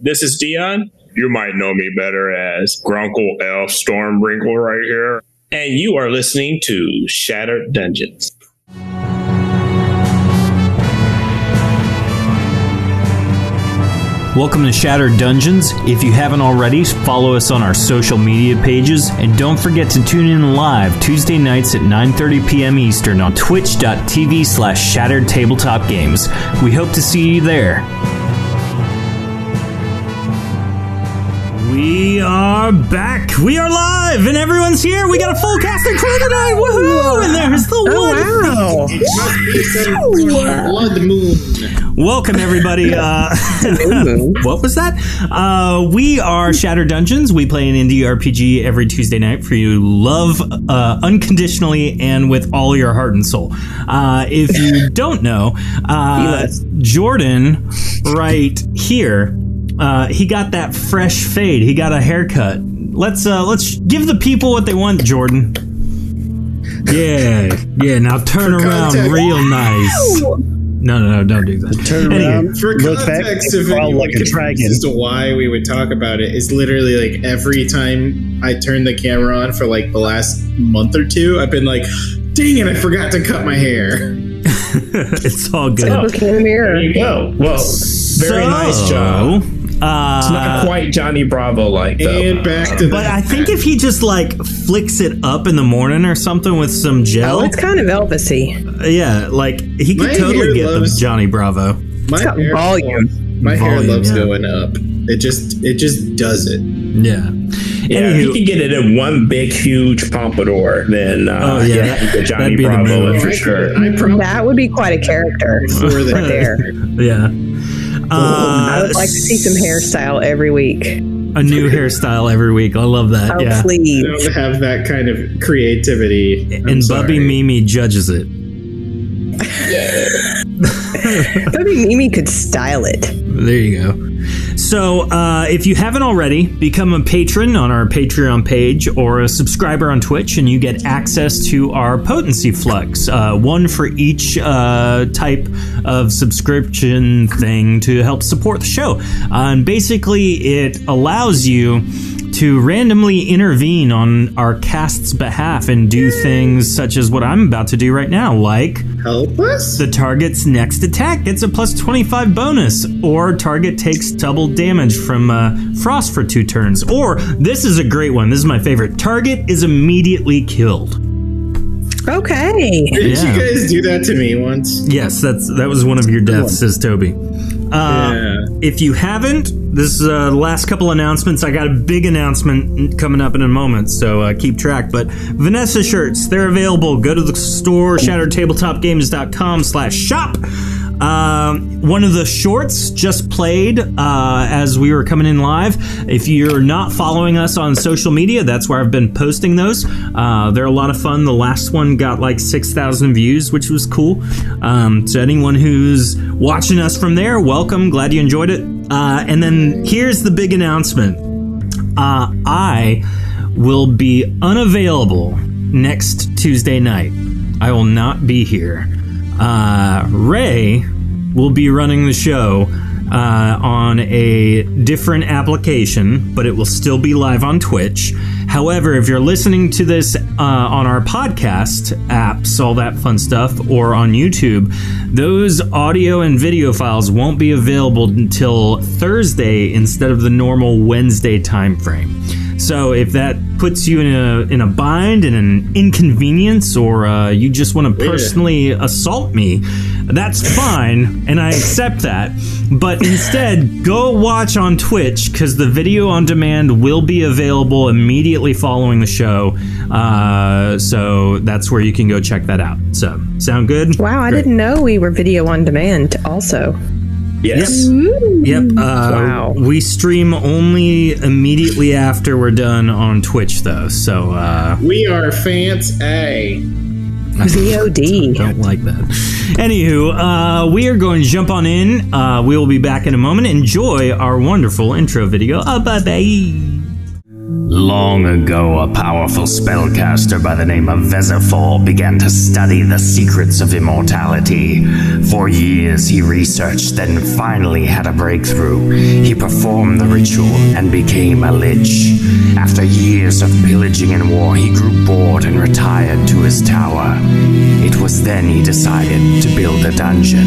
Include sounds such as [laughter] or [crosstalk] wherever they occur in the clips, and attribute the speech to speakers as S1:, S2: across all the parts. S1: This is Dion. You might know me better as Grunkle L Stormbrinkle right here. And you are listening to Shattered Dungeons.
S2: Welcome to Shattered Dungeons. If you haven't already, follow us on our social media pages and don't forget to tune in live Tuesday nights at 9:30 p.m. Eastern on twitch.tv slash shattered tabletop games. We hope to see you there. We are back. We are live and everyone's here. We got a full cast and crew tonight. Woohoo! And there's the one.
S3: Blood Moon.
S2: Welcome everybody. Uh, [laughs] what was that? Uh, we are Shattered Dungeons. We play an indie RPG every Tuesday night for you. Love uh, unconditionally and with all your heart and soul. Uh, if you don't know, uh, Jordan, right here, uh, he got that fresh fade. He got a haircut. Let's uh, let's give the people what they want, Jordan. Yeah, yeah. Now turn around,
S3: context.
S2: real nice. No, no, no, don't do that.
S4: Turn
S2: Anyway.
S4: around,
S3: um, For
S4: look back,
S3: context,
S4: and
S3: if
S4: growl
S3: anyone
S4: like a
S3: confused
S4: dragon.
S3: as to why we would talk about it, is literally like every time I turn the camera on for like the last month or two, I've been like, "Dang it, I forgot to cut my
S2: [laughs]
S3: hair."
S2: it's all good.
S5: Look in the mirror.
S6: Oh. you go. Well, very
S2: So,
S6: nice job.
S2: Uh,
S6: It's not quite Johnny Bravo like
S3: And
S6: though.
S3: back to
S2: but
S3: the
S2: I think if he just like flicks it up in the morning or something with some gel,
S5: Oh, it's kind of Elvisy.
S2: yeah, like he could
S3: My
S2: totally
S3: hair
S2: get the
S3: loves-
S2: Johnny Bravo.
S3: my
S5: got
S3: hair.
S5: volume.
S3: My hair
S2: Volume,
S3: loves
S2: yeah.
S3: going up. It just it just does it.
S2: Yeah.
S6: Yeah, if you
S2: Anywho,
S6: can get it in one big, huge pompadour, then uh,
S2: Oh, yeah,
S6: yeah,
S2: that-
S6: you get
S2: that'd
S6: Johnny
S2: be the
S6: Bravo
S2: move.
S6: for
S3: I-
S6: sure.
S3: I probably
S5: That would be quite a
S2: [laughs]
S5: character
S3: for
S5: right
S3: that.
S5: there.
S2: yeah.
S5: I
S2: Uh,
S5: would like to see some hairstyle every week.
S2: a new hairstyle every week. I love that.
S5: Oh,
S2: yeah.
S5: please.
S3: Don't have that kind of creativity. I'm
S2: And
S3: sorry.
S2: Bubby Mimi judges it.
S5: Maybe Mimi could style it.
S2: There you go. So, uh, if you haven't already, become a patron on our Patreon page or a subscriber on Twitch, and you get access to our potency flux, uh, one for each uh, type of subscription thing to help support the show. Uh, and basically, it allows you to randomly intervene on our cast's behalf and do things such as what I'm about to do right now, like
S3: help us.
S2: the target's next attack gets a plus 25 bonus, or target takes double damage from uh, frost for two turns. Or, this is a great one, this is my favorite target is immediately killed.
S5: Okay.
S3: Did
S2: Yeah.
S3: you guys do that to me once?
S2: Yes, that's that was one of your deaths, says Toby. Uh,
S3: yeah.
S2: If you haven't, this is uh, the last couple announcements. I got a big announcement coming up in a moment, so uh, keep track. But Vanessa shirts, they're available. Go to the store, shatteredtabletopgames.com slash shop. Um, one of the shorts just played uh, as we were coming in live. If you're not following us on social media, that's where I've been posting those. Uh, they're a lot of fun. The last one got like 6,000 views, which was cool. Um, so, anyone who's watching us from there, welcome. Glad you enjoyed it. Uh, and then here's the big announcement uh, I will be unavailable next Tuesday night. I will not be here. Uh, Ray will be running the show uh, on a different application, but it will still be live on Twitch. However, if you're listening to this uh, on our podcast apps, all that fun stuff, or on YouTube, those audio and video files won't be available until Thursday instead of the normal Wednesday timeframe. So if that puts you in a in a bind and an inconvenience, or uh, you just want to personally assault me, that's fine, and I accept that. But instead, go watch on Twitch because the video on demand will be available immediately following the show. Uh, so that's where you can go check that out. So sound good?
S5: Wow, I didn't know we were video on demand also.
S6: yes.
S2: Yep. Uh,
S5: Wow.
S2: We stream only immediately after we're done on Twitch, though. So. Uh,
S3: We are fans A.
S5: VOD.
S2: Don't like that. Anywho, uh, we are going to jump on in. Uh, we will be back in a moment. Enjoy our wonderful intro video. Uh, bye bye.
S4: Long ago, a powerful spellcaster by the name of Vezifor began to study the secrets of immortality. For years, he researched, then finally had a breakthrough. He performed the ritual and became a lich. After years of pillaging and war, he grew bored and retired to his tower. It was then he decided to build a dungeon.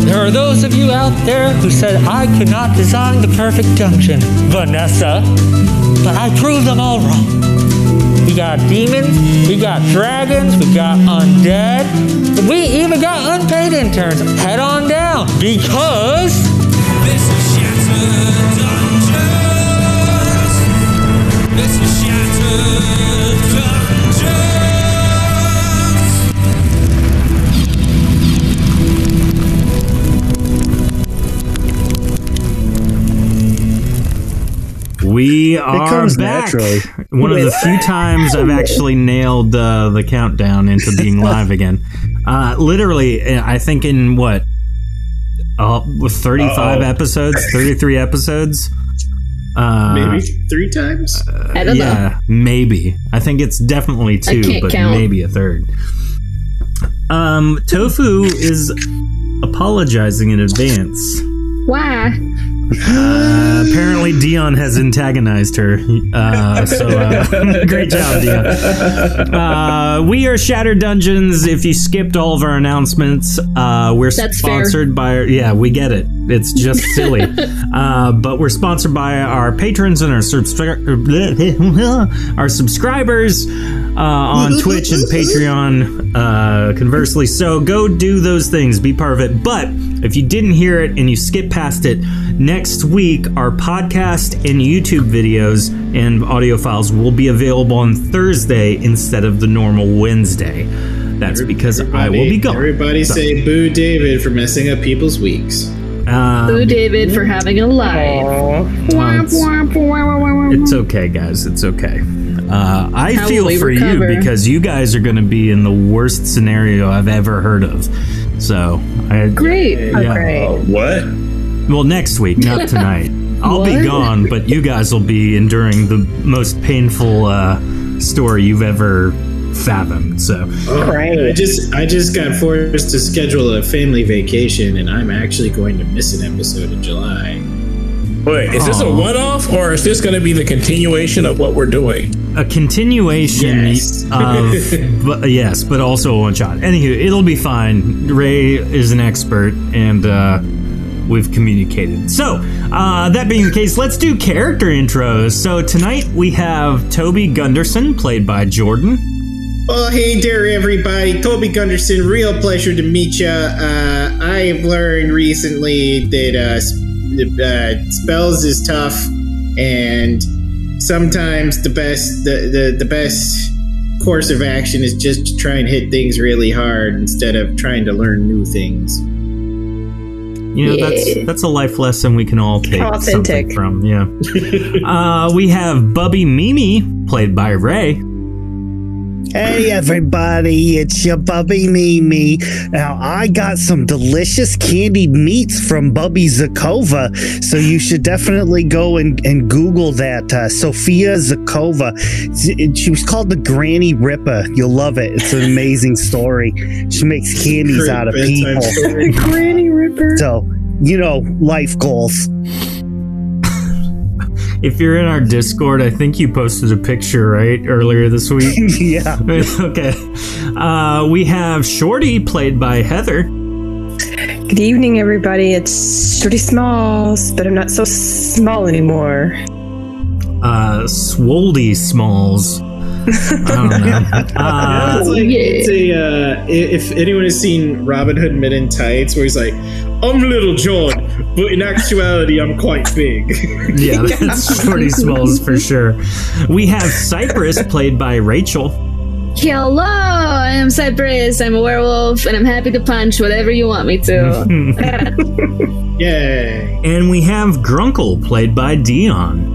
S7: There are those of you out there who said I could not design the perfect dungeon, Vanessa, but I proved them all wrong. We got demons, we got dragons, we got undead, we even got unpaid interns. Head on down because
S8: This is Shattered Dungeons. This is Shattered Dungeons.
S2: We are
S6: comes
S2: back.
S6: naturally.
S2: One of the few times I've actually nailed uh, the countdown into being live again. Uh, literally, uh, I think in what, uh, with 35
S1: Uh-oh.
S2: episodes, 33 episodes. Uh,
S3: Maybe three times?
S9: I don't know.
S2: yeah, maybe. I think it's definitely two,
S9: can't
S2: but
S9: count.
S2: maybe a third. Um, Tofu is apologizing in advance.
S9: Why?
S2: Uh, apparently, Dion has antagonized her. Uh, so, uh, [laughs] great job, Dion. Uh, we are Shattered Dungeons. If you skipped all of our announcements, uh, we're
S9: That's fair.
S2: sponsored by. Yeah, we get it. It's just
S3: [laughs]
S2: silly. uh, but we're sponsored by our patrons and our, subscri- [laughs] our subscribers uh, on Twitch and Patreon. Uh, conversely, so go do those things. Be part of it. But if you didn't hear it and you skip past it, next week our podcast and YouTube videos and audio files will be available on Thursday instead of the normal Wednesday. That's because I will be gone.
S3: Everybody say boo David for messing up people's weeks.
S2: Um,
S9: Boo David for having a life. Womp,
S2: it's-
S9: womp, womp, womp, womp, womp.
S2: It's okay, guys. It's okay. Uh, I
S9: How will
S2: feel
S9: we
S2: for
S9: recover?
S2: you because you guys are going to be in the worst scenario I've ever heard of. So, I,
S9: Oh, Great.
S2: yeah.
S6: Oh,
S5: Right.
S1: What?
S2: Well, next week,
S9: [laughs]
S2: not tonight. I'll be
S9: What?
S2: gone, but you guys will be enduring the most painful uh, story you've ever fathomed. So,
S3: Oh, I
S5: Right.
S3: just I just got forced to schedule a family vacation, and I'm actually going to miss an episode in July.
S6: Wait, is this a
S2: Aw.
S6: one off or is this going to be the continuation of what we're doing?
S2: a continuation
S3: Yes.
S2: of but, yes, but also a one shot. Anywho, it'll be fine. Ray is an expert, and uh, we've communicated. So uh, that being the case, let's do character intros. So tonight we have Toby Gunderson, played by Jordan.
S3: Oh, hey there, everybody. Toby Gunderson, real pleasure to meet you. Uh, I've learned recently that uh, sp- uh, spells is tough, and sometimes the best the, the, the best course of action is just to try and hit things really hard instead of trying to learn new things.
S2: You know that's
S9: Yeah.
S2: that's a life lesson we can all take something
S5: Authentic.
S2: from. Yeah. uh, we have Bubby Mimi, played by Ray.
S10: Hey everybody, it's your Bubby Mimi. Now I got some delicious candied meats from Bubby Zakova, so you should definitely go and, and Google that. Uh, Sophia Zakova. S- it- She was called the Granny Ripper. You'll love it. It's an amazing story. She makes candies out of
S3: Great bedtime
S10: people.
S3: story.
S5: [laughs] Granny Ripper.
S10: So, you know, life goals. [laughs]
S2: If you're in our Discord, I think you posted a picture right earlier this week.
S10: yeah.
S2: [laughs] okay. Uh, we have Shorty, played by Heather.
S5: Good evening, everybody. It's Shorty Smalls, but I'm not so small anymore.
S2: Uh, Swoldy Smalls. I don't know.
S3: Yeah,
S2: Uh,
S3: it's like,
S9: Oh, yeah.
S3: it's a, uh, i- if anyone has seen Robin Hood Men in Tights, where he's like, I'm Little John, but in actuality, I'm quite big.
S2: yeah, that's Shorty Smalls for sure. We have Cypress, played by Rachel.
S9: Hello, I'm Cypress. I'm a werewolf, and I'm happy to punch whatever you want
S2: [laughs]
S9: me to.
S2: and
S3: Yay.
S2: we have Grunkle, played by Dion.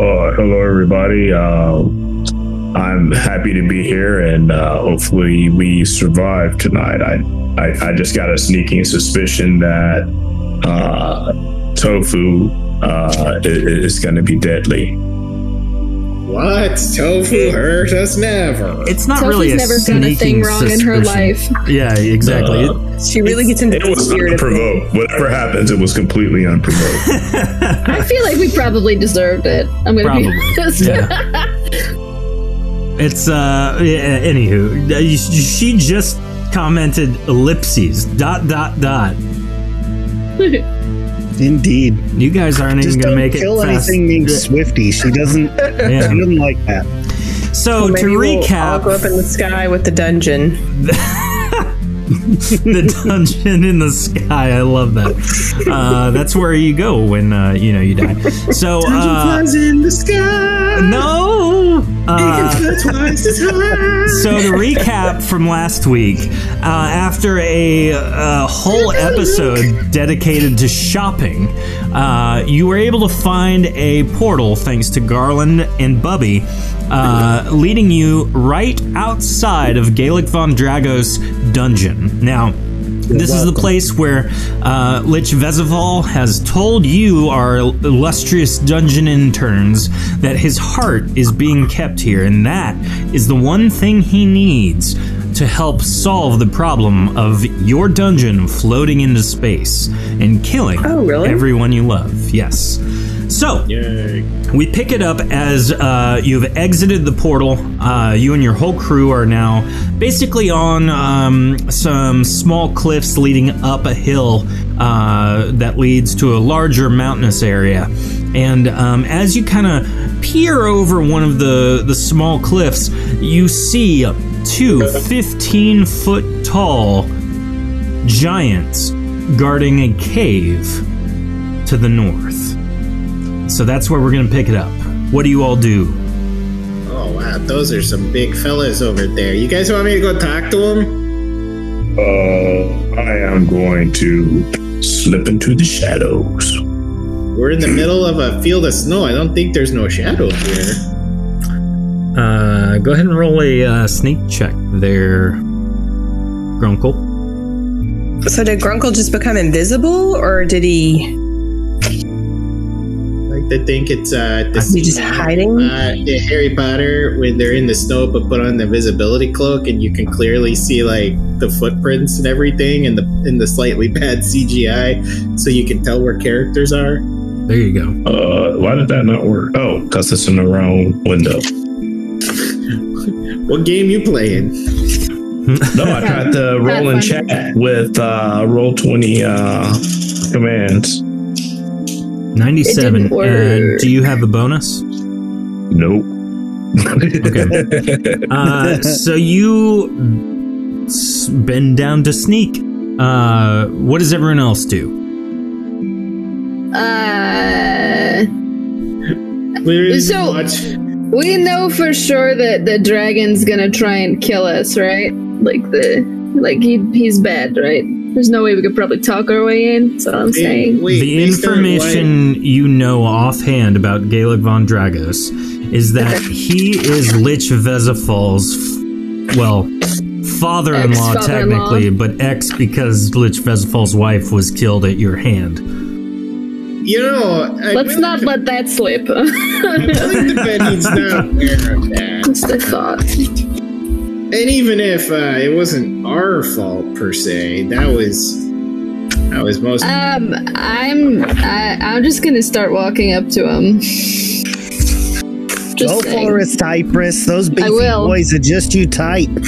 S6: Uh, hello, everybody. Um, I'm happy to be here, and uh, hopefully, we survive tonight. I, I, I just got a sneaking suspicion that uh, tofu uh, i- i- is going to be deadly.
S3: What? Tofu hurt us never.
S2: It's not
S9: Sophie's
S2: really a
S9: never done a
S2: sneaking
S9: thing wrong in her
S2: suspicion.
S9: life.
S2: Yeah, exactly.
S6: Uh,
S2: It-
S5: She really gets into
S6: It
S5: the
S6: was
S5: spirit of it.
S6: unprovoked. Whatever happens, it was completely unprovoked.
S9: I feel like we probably deserved it. I'm gonna
S2: Probably,
S9: be honest.
S2: yeah.
S9: [laughs]
S2: it's uh. yeah, Anywho, uh, you- she just commented ellipses. Dot dot dot.
S10: Indeed.
S2: You guys aren't
S10: Just
S2: even
S10: don't
S2: gonna make
S10: kill
S2: it fast.
S10: anything named Swifty. She doesn't.
S2: Yeah.
S10: She doesn't like that.
S2: So Oh, to
S5: Maybe we'll all
S2: recap,
S5: go up in the sky with the dungeon.
S2: the dungeon in the sky. I love that. Uh, that's where you go when uh, you know you die. So uh,
S3: Flies in the sky.
S2: no. Uh,
S3: That's twice as high.
S2: so to recap from last week, uh, after a, uh whole episode dedicated to shopping, uh, you were able to find a portal thanks to Garland and Bubby, uh, leading you right outside of Gaelic von Drago's dungeon. Now. This is the place where uh, Lich Vezival has told you, our illustrious dungeon interns, that his heart is being kept here, and that is the one thing he needs to help solve the problem of your dungeon floating into space and killing
S5: Oh, really?
S2: everyone you love. Yes. So, we pick it up as uh, you've exited the portal. Uh, you and your whole crew are now basically on um, some small cliffs leading up a hill uh, that leads to a larger mountainous area. And um, as you kind of peer over one of the, the small cliffs, you see two 15 foot tall giants guarding a cave to the north. So that's where we're going to pick it up. What do you all do?
S3: Oh wow, those are some big fellas over there. You guys want me to go talk to them?
S6: Uh, I am going to slip into the shadows.
S3: We're in the middle of a field of snow. I don't think there's no shadow here.
S2: Uh, go ahead and roll a uh, sneak check there, Grunkle.
S5: So did Grunkle just become invisible, or did he?
S3: Like they think it's uh the
S5: He just
S3: scene,
S5: hiding?
S3: uh, in Harry Potter when they're in the snow but put on the visibility cloak and you can clearly see like the footprints and everything and the in the slightly [laughs] bad CGI so you can tell where characters are.
S2: There you go.
S6: Uh, why did that not work? Oh, because it's in the wrong window.
S3: What game you playing?
S6: No, I tried to roll in chat with uh, roll 20 uh, commands.
S9: It
S2: Ninety-seven.
S9: didn't
S2: And
S9: work.
S2: do you have a
S9: [laughs]
S2: bonus?
S6: Nope.
S2: Uh, so you s- bend down to sneak. Uh, what does everyone else do?
S9: [laughs] Uh,
S3: There is
S9: So-
S3: much
S9: we know for sure that the dragon's gonna try and kill us, right? Like the like he he's bad, right? There's no way we could probably talk our way in. That's all I'm saying.
S3: Wait,
S2: the
S3: based on what-
S2: information you know offhand about Gaelic von Dragos is that he is Lich Vesifal's, f- well, father-in-law
S9: Ex-father-in-law.
S2: technically, but ex because Lich Vesifal's wife was killed at your hand.
S3: you know, I
S9: Let's
S3: really-
S9: not let that
S3: [laughs]
S9: slip. [laughs]
S3: I think the Benny's not aware of that.
S9: What's the thought?
S3: And even if uh, it wasn't our fault per se, that was that was most.
S9: Um, I'm I, I'm just gonna start walking up to him.
S10: Go
S9: Just saying.
S10: for it, Cypress. Those beefy
S9: will.
S10: boys are just you type. [laughs]
S3: Can
S9: [laughs]
S3: I,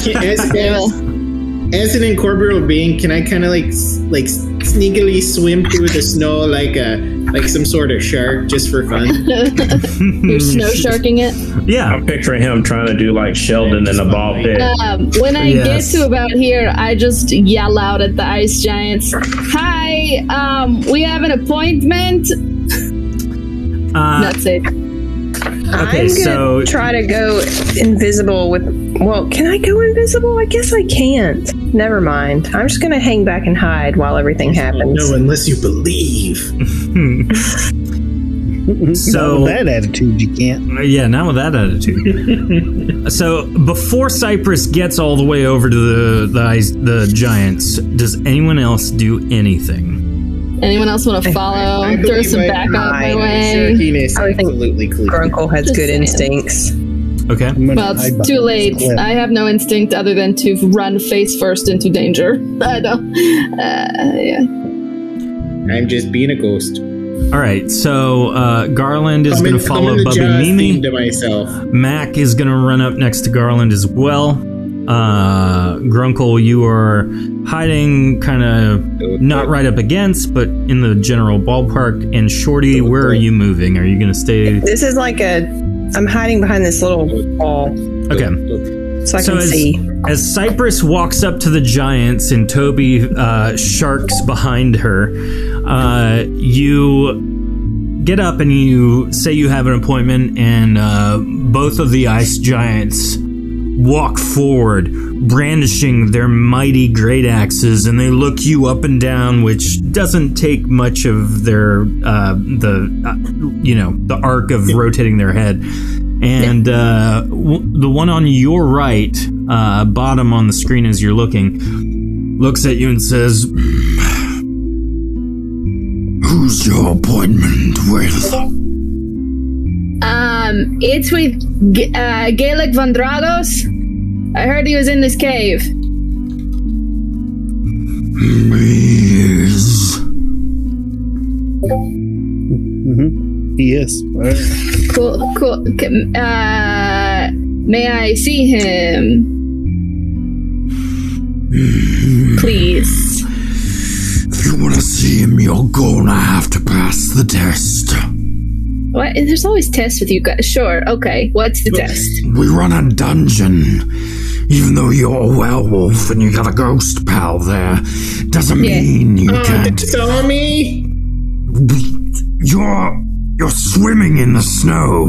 S3: can, as,
S9: I
S3: as,
S9: will.
S10: Hmm.
S3: as an incorporeal being, can I kind of like s- like sneakily swim through the snow like a like some sort of shark just for
S9: [laughs]
S3: fun?
S9: You're snow sharking it.
S6: [laughs]
S2: Yeah.
S6: I'm picturing him trying to do like Sheldon in a ball pit.
S5: Uh,
S9: Um, when I
S2: Yes.
S9: get to about here, I just yell out at the ice giants. Hi, um, we have an appointment.
S2: Uh,
S9: That's it.
S5: I'm
S2: Okay,
S5: gonna
S2: so-
S5: try to go invisible with. Well, can I go invisible? I guess I can't. Never mind. I'm just gonna hang back and hide while everything happens.
S3: no, unless you believe.
S2: So-
S10: Not with that attitude, you can't.
S2: Yeah, not with that attitude.
S3: [laughs]
S2: so before Cypress gets all the way over to the the, ice, the giants, does anyone else do anything?
S9: Anyone else want to follow?
S3: I
S9: Throw
S3: believe
S9: some
S3: I-
S9: backup my
S5: I-
S9: way.
S3: Syracuse
S5: I would think-
S3: absolutely clean.
S5: Grunkle has
S9: Just
S5: good
S9: saying.
S5: instincts.
S2: Okay.
S9: Well, it's too late. I have no instinct other than to run face first into danger. [laughs] I don't. Uh, yeah.
S3: I'm just being a ghost.
S2: All right. So uh, Garland is
S3: I'm
S2: going
S3: in-
S2: to follow
S3: I'm in the
S2: Bubby
S3: jazz
S2: Mimi.
S3: theme to myself.
S2: Mac is going to run up next to Garland as well. Uh, Grunkle, you are hiding, kind of not right up against, but in the general ballpark. And Shorty, where are you moving? Are you going to stay?
S5: This is like a. I'm hiding behind this little wall
S2: Okay.
S5: so I
S2: So
S5: can
S2: as,
S5: see.
S2: as Cypress walks up to the giants and Toby uh, sharks behind her, uh, you get up and you say you have an appointment, and uh, both of the ice giants walk forward, brandishing their mighty great axes, and they look you up and down, which doesn't take much of their uh, the uh, you know the arc of rotating their head. And uh, w- the one on your right, uh, bottom on the screen as you're looking, looks at you and says,
S4: Who's your appointment with?
S9: Um, it's with G- uh, Gaelic Vandragos. I heard he was in this cave.
S4: Is
S10: Mm-hmm. Yes.
S9: Cool, cool. C- Uh, may I see [sighs] him? Please.
S4: If you want to see him, you're gonna have to pass the test.
S9: What? There's always tests with you guys. Sure. Okay. What's the test?
S4: We run a dungeon. Even though you're a werewolf and you got a ghost pal there, doesn't
S9: Yeah.
S4: mean you
S3: Oh, they
S4: can't.
S3: saw me.
S4: You're you're swimming in the snow.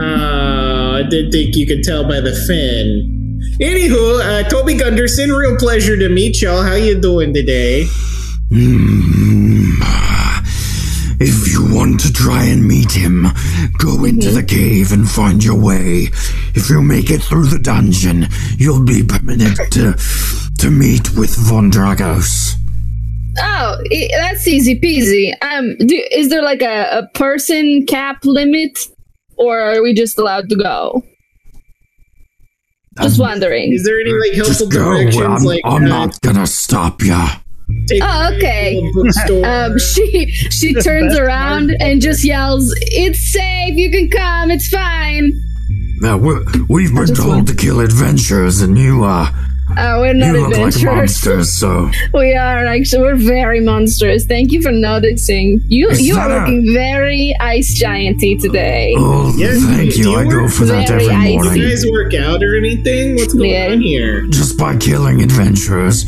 S3: Oh, I didn't think you could tell by the fin. Anywho, uh, Toby Gunderson, real pleasure to meet y'all. How you doing today?
S4: Mm. If you want to try and meet him, go into
S3: Hmm.
S4: the cave and find your way. If you make it through the dungeon, you'll be permitted to to meet with Von Dragos.
S9: Oh, e- that's easy peasy. Um, do, is there like a, a person cap limit, or are we just allowed to go?
S4: Um,
S9: Just wondering.
S3: Is there any like helpful
S4: Just go.
S3: directions?
S4: Oh, I'm,
S3: like,
S4: I'm
S3: uh,
S4: not gonna stop ya.
S3: take
S9: Oh,
S3: me to
S9: okay.
S3: a bookstore?
S9: [laughs] Um, she she turns around and just yells, "It's safe. You can come. It's fine."
S4: Now we we've been
S9: just
S4: told
S9: want-
S4: to kill adventurers, and you uh,
S9: Uh, we're
S4: you
S9: not
S4: look like
S9: adventurers.
S4: monsters. So
S9: [laughs] we are actually we're very monstrous. Thank you for noticing. You
S4: Is
S9: you
S4: that
S9: are
S4: a-
S9: looking very ice gianty today.
S4: oh,
S3: Yes,
S4: thank
S3: do
S4: you.
S3: you
S4: I go
S3: work
S4: for that
S9: very
S4: every
S9: icy?
S4: morning.
S3: you guys work out or anything? What's going
S9: Yeah.
S3: on here?
S4: just by killing adventurers.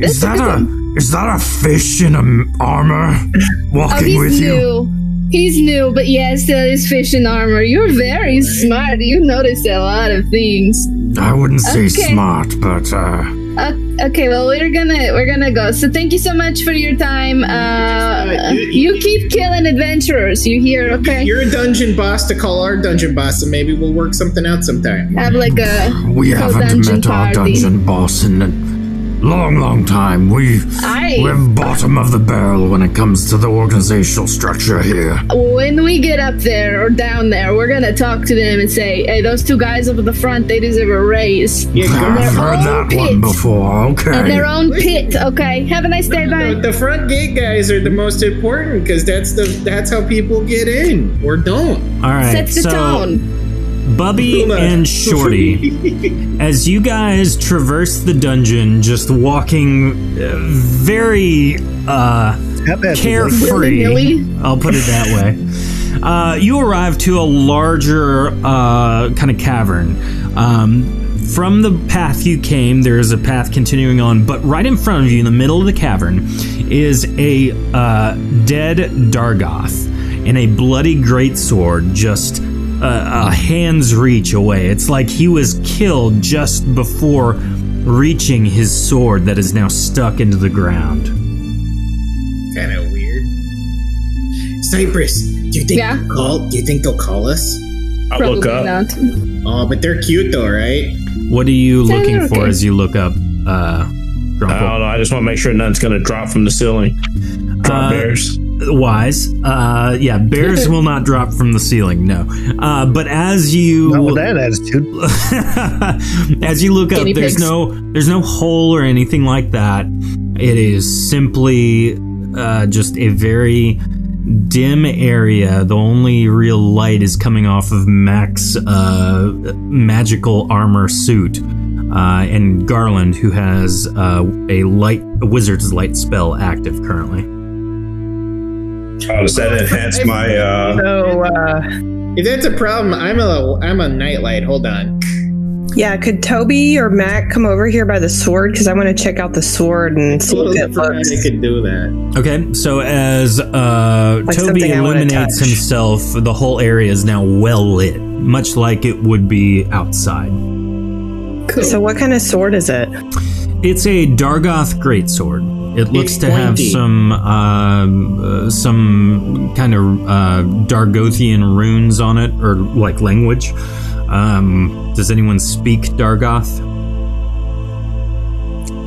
S4: Is that a is that a fish in a m- armor
S9: Oh,
S4: walking
S9: he's
S4: with
S9: new.
S4: you?
S9: He's new, but yes, there is fish in armor. You're very smart. You notice a lot of things.
S4: I wouldn't say
S9: Okay.
S4: smart, but uh,
S9: Uh, okay, well we're gonna we're gonna go. So thank you so much for your time. Uh, you keep killing adventurers. You hear? Okay.
S3: You're a dungeon boss to call our dungeon boss, and maybe we'll work something out sometime.
S9: Have like a.
S4: we haven't
S9: dungeon
S4: met our
S9: party.
S4: dungeon boss in a long, long time. We
S9: I
S4: we're bottom of the barrel when it comes to the organizational structure here.
S9: when we get up there or down there, we're gonna talk to them and say, "Hey, those two guys over the front, they deserve a raise."
S3: Yeah,
S4: I've
S9: their
S3: Garland,
S4: heard
S9: own
S4: that one
S9: pit.
S4: before. Okay.
S9: On their own pit. Okay. Have a nice day. Bye.
S3: the, the front gate guys are the most important because that's the that's how people get in or don't.
S2: All right.
S9: Sets the
S2: so
S9: tone.
S2: Bubby and Shorty,
S3: [laughs]
S2: as you guys traverse the dungeon, just walking uh, very uh, carefree.
S9: Willy-nilly.
S2: I'll put it that way. Uh, you arrive to a larger uh, kind of cavern. Um, from the path you came, there is a path continuing on, but right in front of you, in the middle of the cavern, is a uh, dead Dargoth and a bloody greatsword just uh, a, a hand's reach away. It's like he was killed just before reaching his sword that is now stuck into the ground.
S3: Kind of weird. Cypress, do you think
S9: Yeah?
S3: they'll call? Do you think they'll call us?
S1: I look
S9: Probably
S1: up.
S9: not.
S3: Oh, but they're cute though, right?
S2: What are you
S9: Tyler,
S2: looking for
S9: okay.
S2: as you look up, uh,
S1: I
S2: Grumpel?
S6: Uh,
S1: don't know. I just want to make sure nothing's going to drop from the ceiling.
S6: Drop
S2: Uh,
S6: bears.
S2: wise. Uh, yeah, bears will not drop from the ceiling. No, uh, but as you
S10: Not with that attitude.
S2: [laughs] as you look up,
S9: Guinea
S2: there's
S9: pigs.
S2: no there's no hole or anything like that. It is simply uh, just a very dim area. The only real light is coming off of Mac's uh, magical armor suit. Uh, and Garland, who has uh, a light a wizard's light spell active currently.
S6: Oh, does that enhance my? uh
S5: So, uh,
S3: If that's a problem, I'm a I'm a nightlight. Hold on.
S5: yeah, could Toby or Mac come over here by the sword? Because I want to check out the sword and see if
S3: Totally
S5: it
S3: forgot
S5: looks.
S3: I could do that.
S2: Okay, so as uh,
S5: Like
S2: Toby
S5: something I wanna
S2: illuminates
S5: touch.
S2: himself, the whole area is now well lit, much like it would be outside.
S9: Cool.
S5: So, what kind of sword is it?
S2: It's a Dargoth greatsword. It looks
S3: It's
S2: to have
S3: pointy.
S2: some um, uh, some kind of uh, Dargothian runes on it, or like language. Um, does anyone speak Dargoth?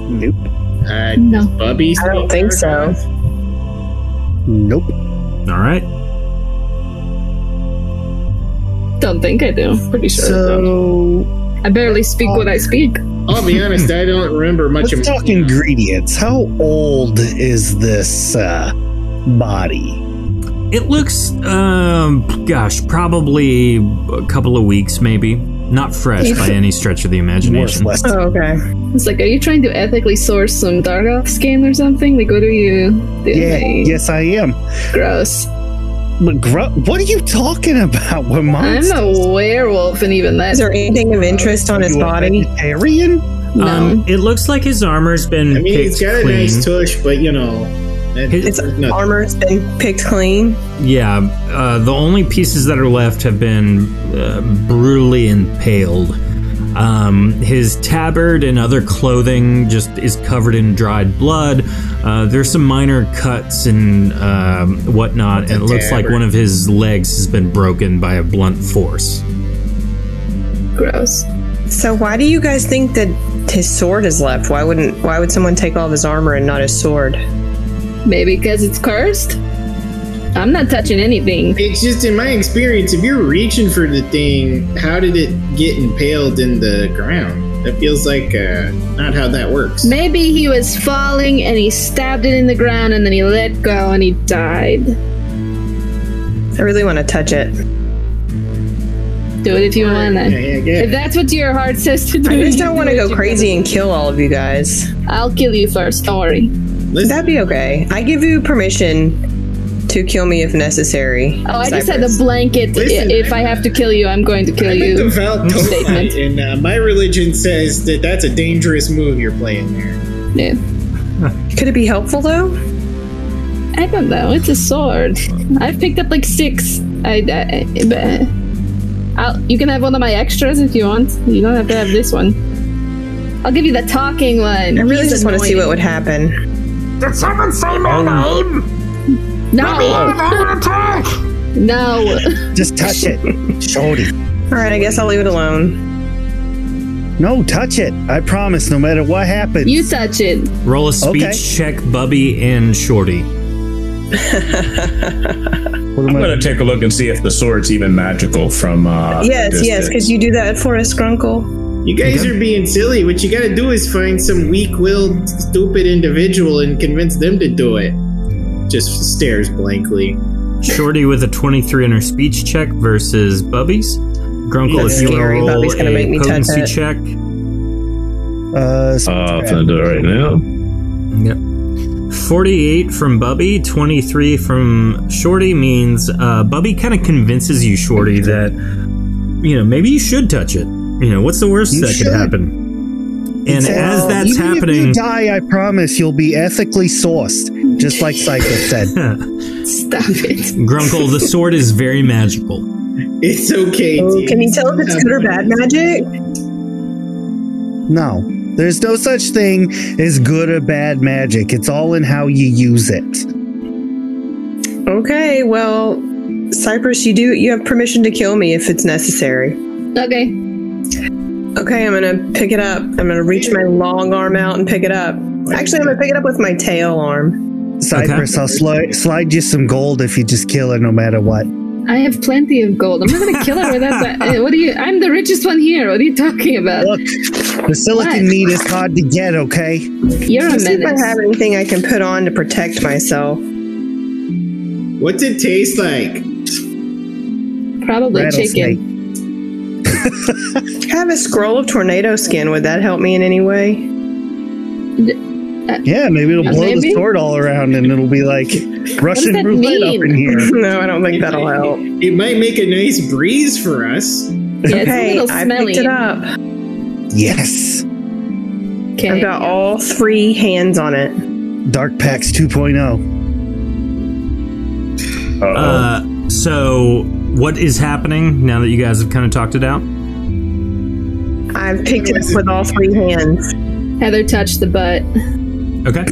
S10: Nope.
S3: Uh,
S9: No.
S3: Bubby.
S5: I don't think so.
S10: Nope.
S2: All right.
S9: Don't think I do. Pretty sure. I, don't.
S10: So oh,
S9: I barely speak what I speak.
S3: I'll be honest. I don't remember much
S10: let's
S3: of.
S10: talk ingredients. How old is this uh, body?
S2: It looks, um, gosh, probably a couple of weeks, maybe. Not
S5: [laughs]
S2: fresh by any stretch of the imagination.
S10: Worthless.
S5: Oh, okay.
S9: It's like, are you trying to ethically source some Dargoth skin or something? Like, what are you doing?
S10: Yeah, yes, I am.
S9: Gross.
S10: But gro- what are you talking about? We're
S9: I'm
S10: monsters.
S9: a werewolf, and even
S5: Is
S9: that's
S5: there anything of interest on his
S10: You a
S5: body?
S10: Vegetarian?
S9: no.
S2: Um, it looks like his armor's been
S3: I mean,
S2: picked
S3: he's got a
S2: clean.
S3: nice tush, but you know, that-
S2: His-
S5: Its
S3: no.
S5: armor's been picked clean.
S2: yeah, uh, the only pieces that are left have been uh, brutally impaled. Um, his tabard and other clothing just is covered in dried blood. Uh, there's some minor cuts and um, whatnot, and it looks like
S3: tabard.
S2: one of his legs has been broken by a blunt force.
S9: Gross.
S5: So, why do you guys think that his sword is left? Why wouldn't? Why would someone take all of his armor and not his sword?
S9: Maybe because it's cursed? I'm not touching anything.
S3: It's just in my experience, if you're reaching for the thing, how did it get impaled in the ground? That feels like uh, not how that works.
S9: Maybe he was falling and he stabbed it in the ground and then he let go and he died.
S5: I really want to touch it.
S9: Do it if you wanna.
S3: Yeah, yeah, yeah.
S9: If that's what your heart says to do,
S5: I just
S9: you
S5: don't want to
S9: do what
S5: go
S9: you
S5: crazy and kill all of you guys.
S9: wanna. I'll kill you first. Don't worry.
S3: Listen,
S5: That'd be okay. I give you permission to kill me if necessary.
S9: Oh, I just had
S5: Cypress.
S9: a blanket.
S3: Listen,
S9: i- if I have to kill you, I'm going to kill
S3: I make the
S9: you.
S3: vow
S9: Statement.
S3: totally, and uh, my religion says that that's a dangerous move you're playing there.
S9: Yeah.
S5: Could it be helpful though?
S9: I don't know. It's a sword. I've picked up like six. I. I I- but I'll, you can have one of my extras if you want. You don't have to have this one. I'll give you the talking one.
S5: I really
S9: He's
S5: just want to see what
S9: annoying.
S5: would happen.
S9: No. no.
S10: Just
S2: [laughs]
S10: touch it. Shorty.
S5: All right, I guess I'll leave it alone.
S10: No, touch it. I promise, no matter what happens.
S9: You touch it.
S2: Roll a speech
S10: Okay.
S2: check, Bubby and Shorty.
S10: What
S6: I'm
S10: am I-
S6: gonna take a look and see if the sword's even magical from. uh
S5: yes, yes.
S6: distance.
S5: Could you do that for us, Grunkle?
S3: You guys are being silly. What you gotta do is find some weak-willed, stupid individual and convince them to do it. Just stares blankly.
S2: Shorty with a 23 in her speech check versus Bubby's. Grunkle,
S5: That's
S2: if you want to
S5: scary.
S2: roll
S5: Bubby's gonna
S2: a
S5: make me touch
S2: potency
S5: it.
S2: check.
S10: Uh, s-
S6: Uh, I'm gonna do it right now.
S2: Yep. 48 from Bubby, 23 from Shorty means uh, Bubby kind of convinces you, Shorty, that, you know, maybe you should touch it. You know, what's the worst
S10: You
S2: that
S10: should.
S2: could happen? And
S10: Exactly.
S5: uh,
S2: as that's
S10: Even If
S2: happening,
S10: you die, I promise you'll be ethically sourced, just like Psycho
S2: [laughs]
S10: said.
S9: Stop it.
S2: Grunkle, the sword is very magical.
S3: It's okay.
S5: Oh,
S3: team.
S5: can you tell if it's good or bad magic?
S10: No, there's no such thing as good or bad magic. It's all in how you use it.
S5: Okay, well, Cypress, you do you have permission to kill me if it's necessary.
S9: Okay.
S5: Okay, I'm gonna pick it up. I'm gonna reach my long arm out and pick it up. Actually, I'm gonna pick it up with my tail arm.
S10: Cypress, I'll sli- slide you some gold if you just kill her no matter what.
S9: I have plenty of gold. I'm not gonna kill her with that. but, uh, What are you? I'm the [laughs] richest one here. What are you talking about?
S10: Look, the silicon meat is hard to get, okay?
S9: You're a
S5: Let's see if I
S9: menace.
S5: have anything I can put on to protect myself.
S3: What's it taste like?
S9: Probably
S10: Rattlesnake.
S9: chicken.
S5: Have a scroll of tornado skin. Would that help me in any way?
S10: Yeah, maybe it'll
S9: Uh,
S10: blow the
S9: maybe?
S10: sword all around and it'll be
S9: [laughs]
S10: like Russian
S9: that
S10: roulette up
S9: mean? [laughs]
S10: in here.
S5: [laughs] No, I don't think that'll help.
S3: It might make a nice breeze for us.
S9: Yeah, it's a
S5: Hey,
S9: little
S5: I picked
S9: smelly.
S5: it up.
S10: Yes.
S9: Okay.
S5: I've got all three hands on it.
S10: Dark Packs oh. 2.0.
S6: Uh,
S2: Uh, so what is happening now that you guys have kind of talked it out?
S5: I've picked it up with all three hands.
S9: Heather touched the butt.
S2: Okay.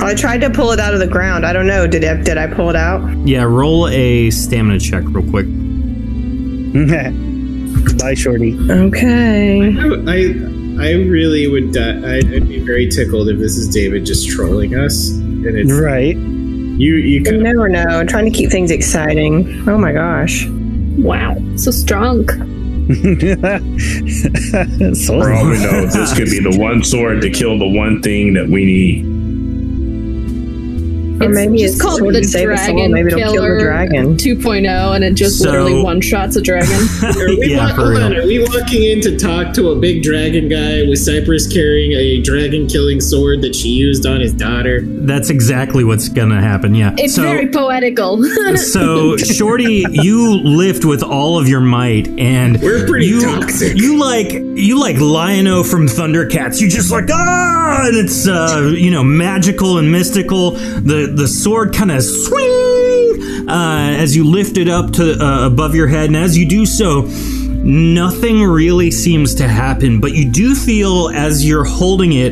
S5: I tried to pull it out of the ground. I don't know. Did I, did I pull it out?
S2: Yeah, roll a stamina check real quick.
S10: [laughs] Bye, Shorty.
S5: Okay.
S3: I, I really would. Die. I'd, I'd be very tickled if this is David just trolling us. And it's
S10: Right. [laughs]
S3: you. You
S5: You
S3: could.
S5: never know. Trying to keep things exciting. Oh my gosh.
S9: Wow, so strong.
S10: so,
S6: for all we know, this could be the one sword to kill the one thing that we need.
S5: Or
S9: It's
S5: maybe
S9: just
S5: it's
S9: called
S5: sort
S9: the
S5: of save us all,
S9: Dragon
S5: Maybe it'll kill
S9: Killer.
S5: the dragon.
S9: 2.0, and it just
S2: So-
S9: literally one shots a dragon.
S2: [laughs]
S3: Are we,
S2: yeah,
S3: walk-
S2: for
S3: hold on,
S2: real.
S3: are we walking in to talk to a big dragon guy with Cypress carrying a dragon killing sword that she used on his daughter?
S2: That's exactly what's gonna happen. Yeah.
S9: It's
S2: so,
S9: very poetical. [laughs]
S2: so Shorty, you lift with all of your might, and
S3: We're pretty
S2: you,
S3: toxic.
S2: You like you like Lion-O from Thundercats. You just like ah, and it's uh, you know magical and mystical. The the sword kind of swing uh, as you lift it up to uh, above your head, and as you do so. Nothing really seems to happen, but you do feel as you're holding it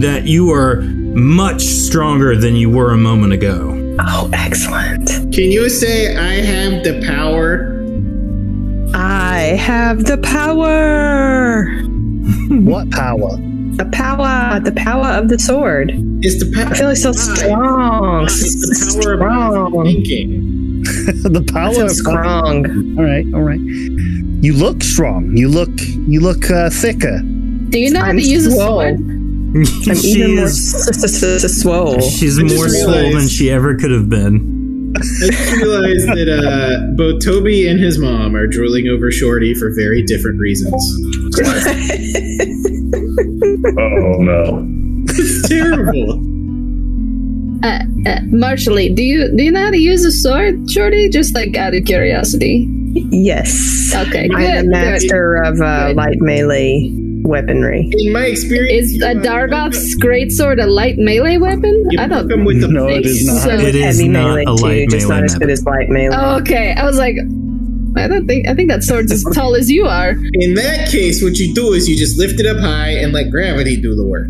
S2: that you are much stronger than you were a moment ago.
S5: Oh, excellent.
S3: Can you say I have the power?
S5: I have the power.
S10: what power? [laughs]
S5: The power. The power of the sword.
S3: It's the power.
S5: I [laughs] feel like so strong.
S3: It's the power of my
S5: Strong.
S3: thinking.
S10: the
S5: I
S10: power
S5: feel
S10: of
S5: strong.
S10: All right, all right. You look strong. You look you look uh, thicker.
S9: Do you know how
S5: I'm
S9: to use a
S5: swole.
S9: sword?
S2: [laughs]
S5: I'm
S2: she
S5: even more
S2: is
S5: s- s- s- s- swole.
S2: she's
S3: just
S2: more swole than
S3: realized-
S2: she ever could have been.
S3: I just realized that uh, both Toby and his mom are drooling over Shorty for very different reasons.
S6: [laughs]
S3: [laughs]
S6: Oh no.
S3: It's terrible.
S9: Uh, uh, martially, do you do you know how to use a sword, Shorty? Just like out of curiosity.
S5: Yes.
S2: Uh,
S9: Okay,
S5: I
S9: good.
S5: am a master of uh,
S9: Good.
S5: light melee weaponry.
S3: In my
S9: good.
S3: experience,
S9: Is
S3: you,
S9: a
S3: uh,
S9: Dargoth's greatsword a light melee weapon?
S3: You
S9: I
S3: poke
S9: don't.
S3: him with the
S10: No, it is not.
S9: So-
S2: It is
S5: Heavy
S2: not
S5: melee
S2: a light
S5: too, just
S2: melee
S5: not as good
S2: weapon.
S5: as light melee.
S9: Oh, okay. I was like, I don't think. I think that sword's as tall as you are.
S3: In that case, what you do is you just lift it up high and let gravity do the work.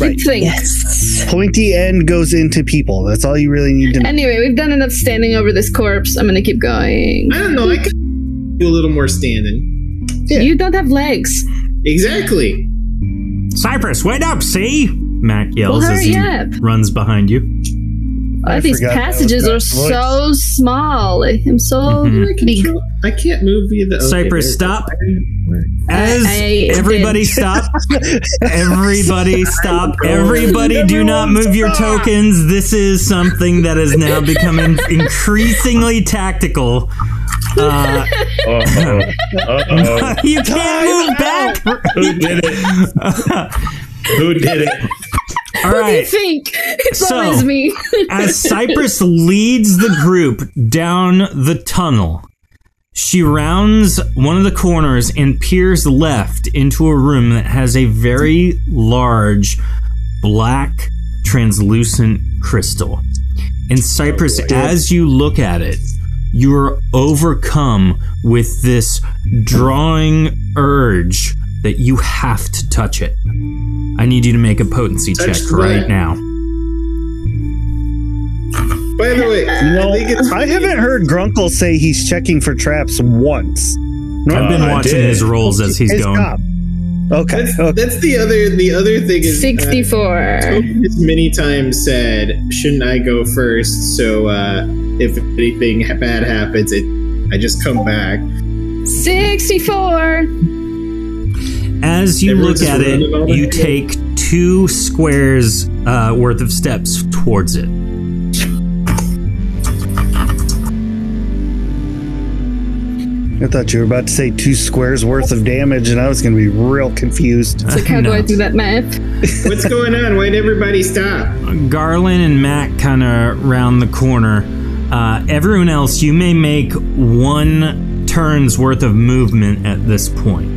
S10: Right.
S9: Big thing.
S5: Yes.
S10: Pointy end goes into people. That's all you really need to know.
S9: Anyway, we've done enough standing over this corpse. I'm gonna keep going.
S3: I don't know. I could do a little more standing. Yeah.
S9: You don't have legs.
S3: Exactly.
S2: Cypress, wait up, see? Mac yells
S9: Well,
S2: as
S9: hurry
S2: he
S9: up.
S2: runs behind you.
S10: I
S9: Oh, these
S10: forgot that was
S9: passages are
S10: Mac's voice.
S9: so small. I'm so
S6: Mm-hmm.
S2: Mhm.
S9: big.
S3: I can't move via the okay,
S2: Cypress,
S3: there-
S2: stop. As
S9: I
S2: everybody
S5: [laughs]
S2: stop. Everybody stop. Everybody do not move your tokens. This is something that is
S5: [laughs]
S2: now becoming increasingly tactical. Uh,
S6: Uh oh. Uh oh.
S2: [laughs] you can't move back.
S6: Who did
S2: [laughs]
S6: it? Who did it?
S2: All
S9: I
S2: right.
S9: think it's
S2: So-
S9: always
S10: [laughs]
S9: me.
S2: As Cypress leads the group down the tunnel, she rounds one of the corners and peers left into a room that has a very large black translucent crystal. And Cypress,
S3: Oh,
S2: as you look at it, you are overcome with this drawing urge that you have to touch it. I need you to make a potency
S3: Touch
S2: check
S3: the-
S2: right now.
S3: By the way,
S10: You know,
S3: I think it's-
S10: I haven't heard Grunkle say he's checking for traps once.
S2: I've been
S6: Uh, I
S2: watching
S6: did.
S2: his rolls as he's
S10: His
S2: going.
S10: cop. Okay. okay.
S3: That's the other. The other thing is uh,
S9: 64.
S3: Toby has many times said, "Shouldn't I go first? So uh, if anything ha- bad happens, it I just come back."
S9: 64.
S2: As you
S3: Everyone's
S2: look at
S3: just
S2: it,
S3: running all the
S2: you
S3: way.
S2: take two squares uh, worth of steps towards it.
S10: I thought you were about to say two squares worth of damage, and I was going to be real confused.
S6: [laughs]
S9: It's like, how do
S2: No.
S9: I do that math?
S3: What's going on? Why'd everybody stop?
S2: Garland and Mac kind of round the corner. Uh, everyone else, you may make one turn's worth of movement at this point.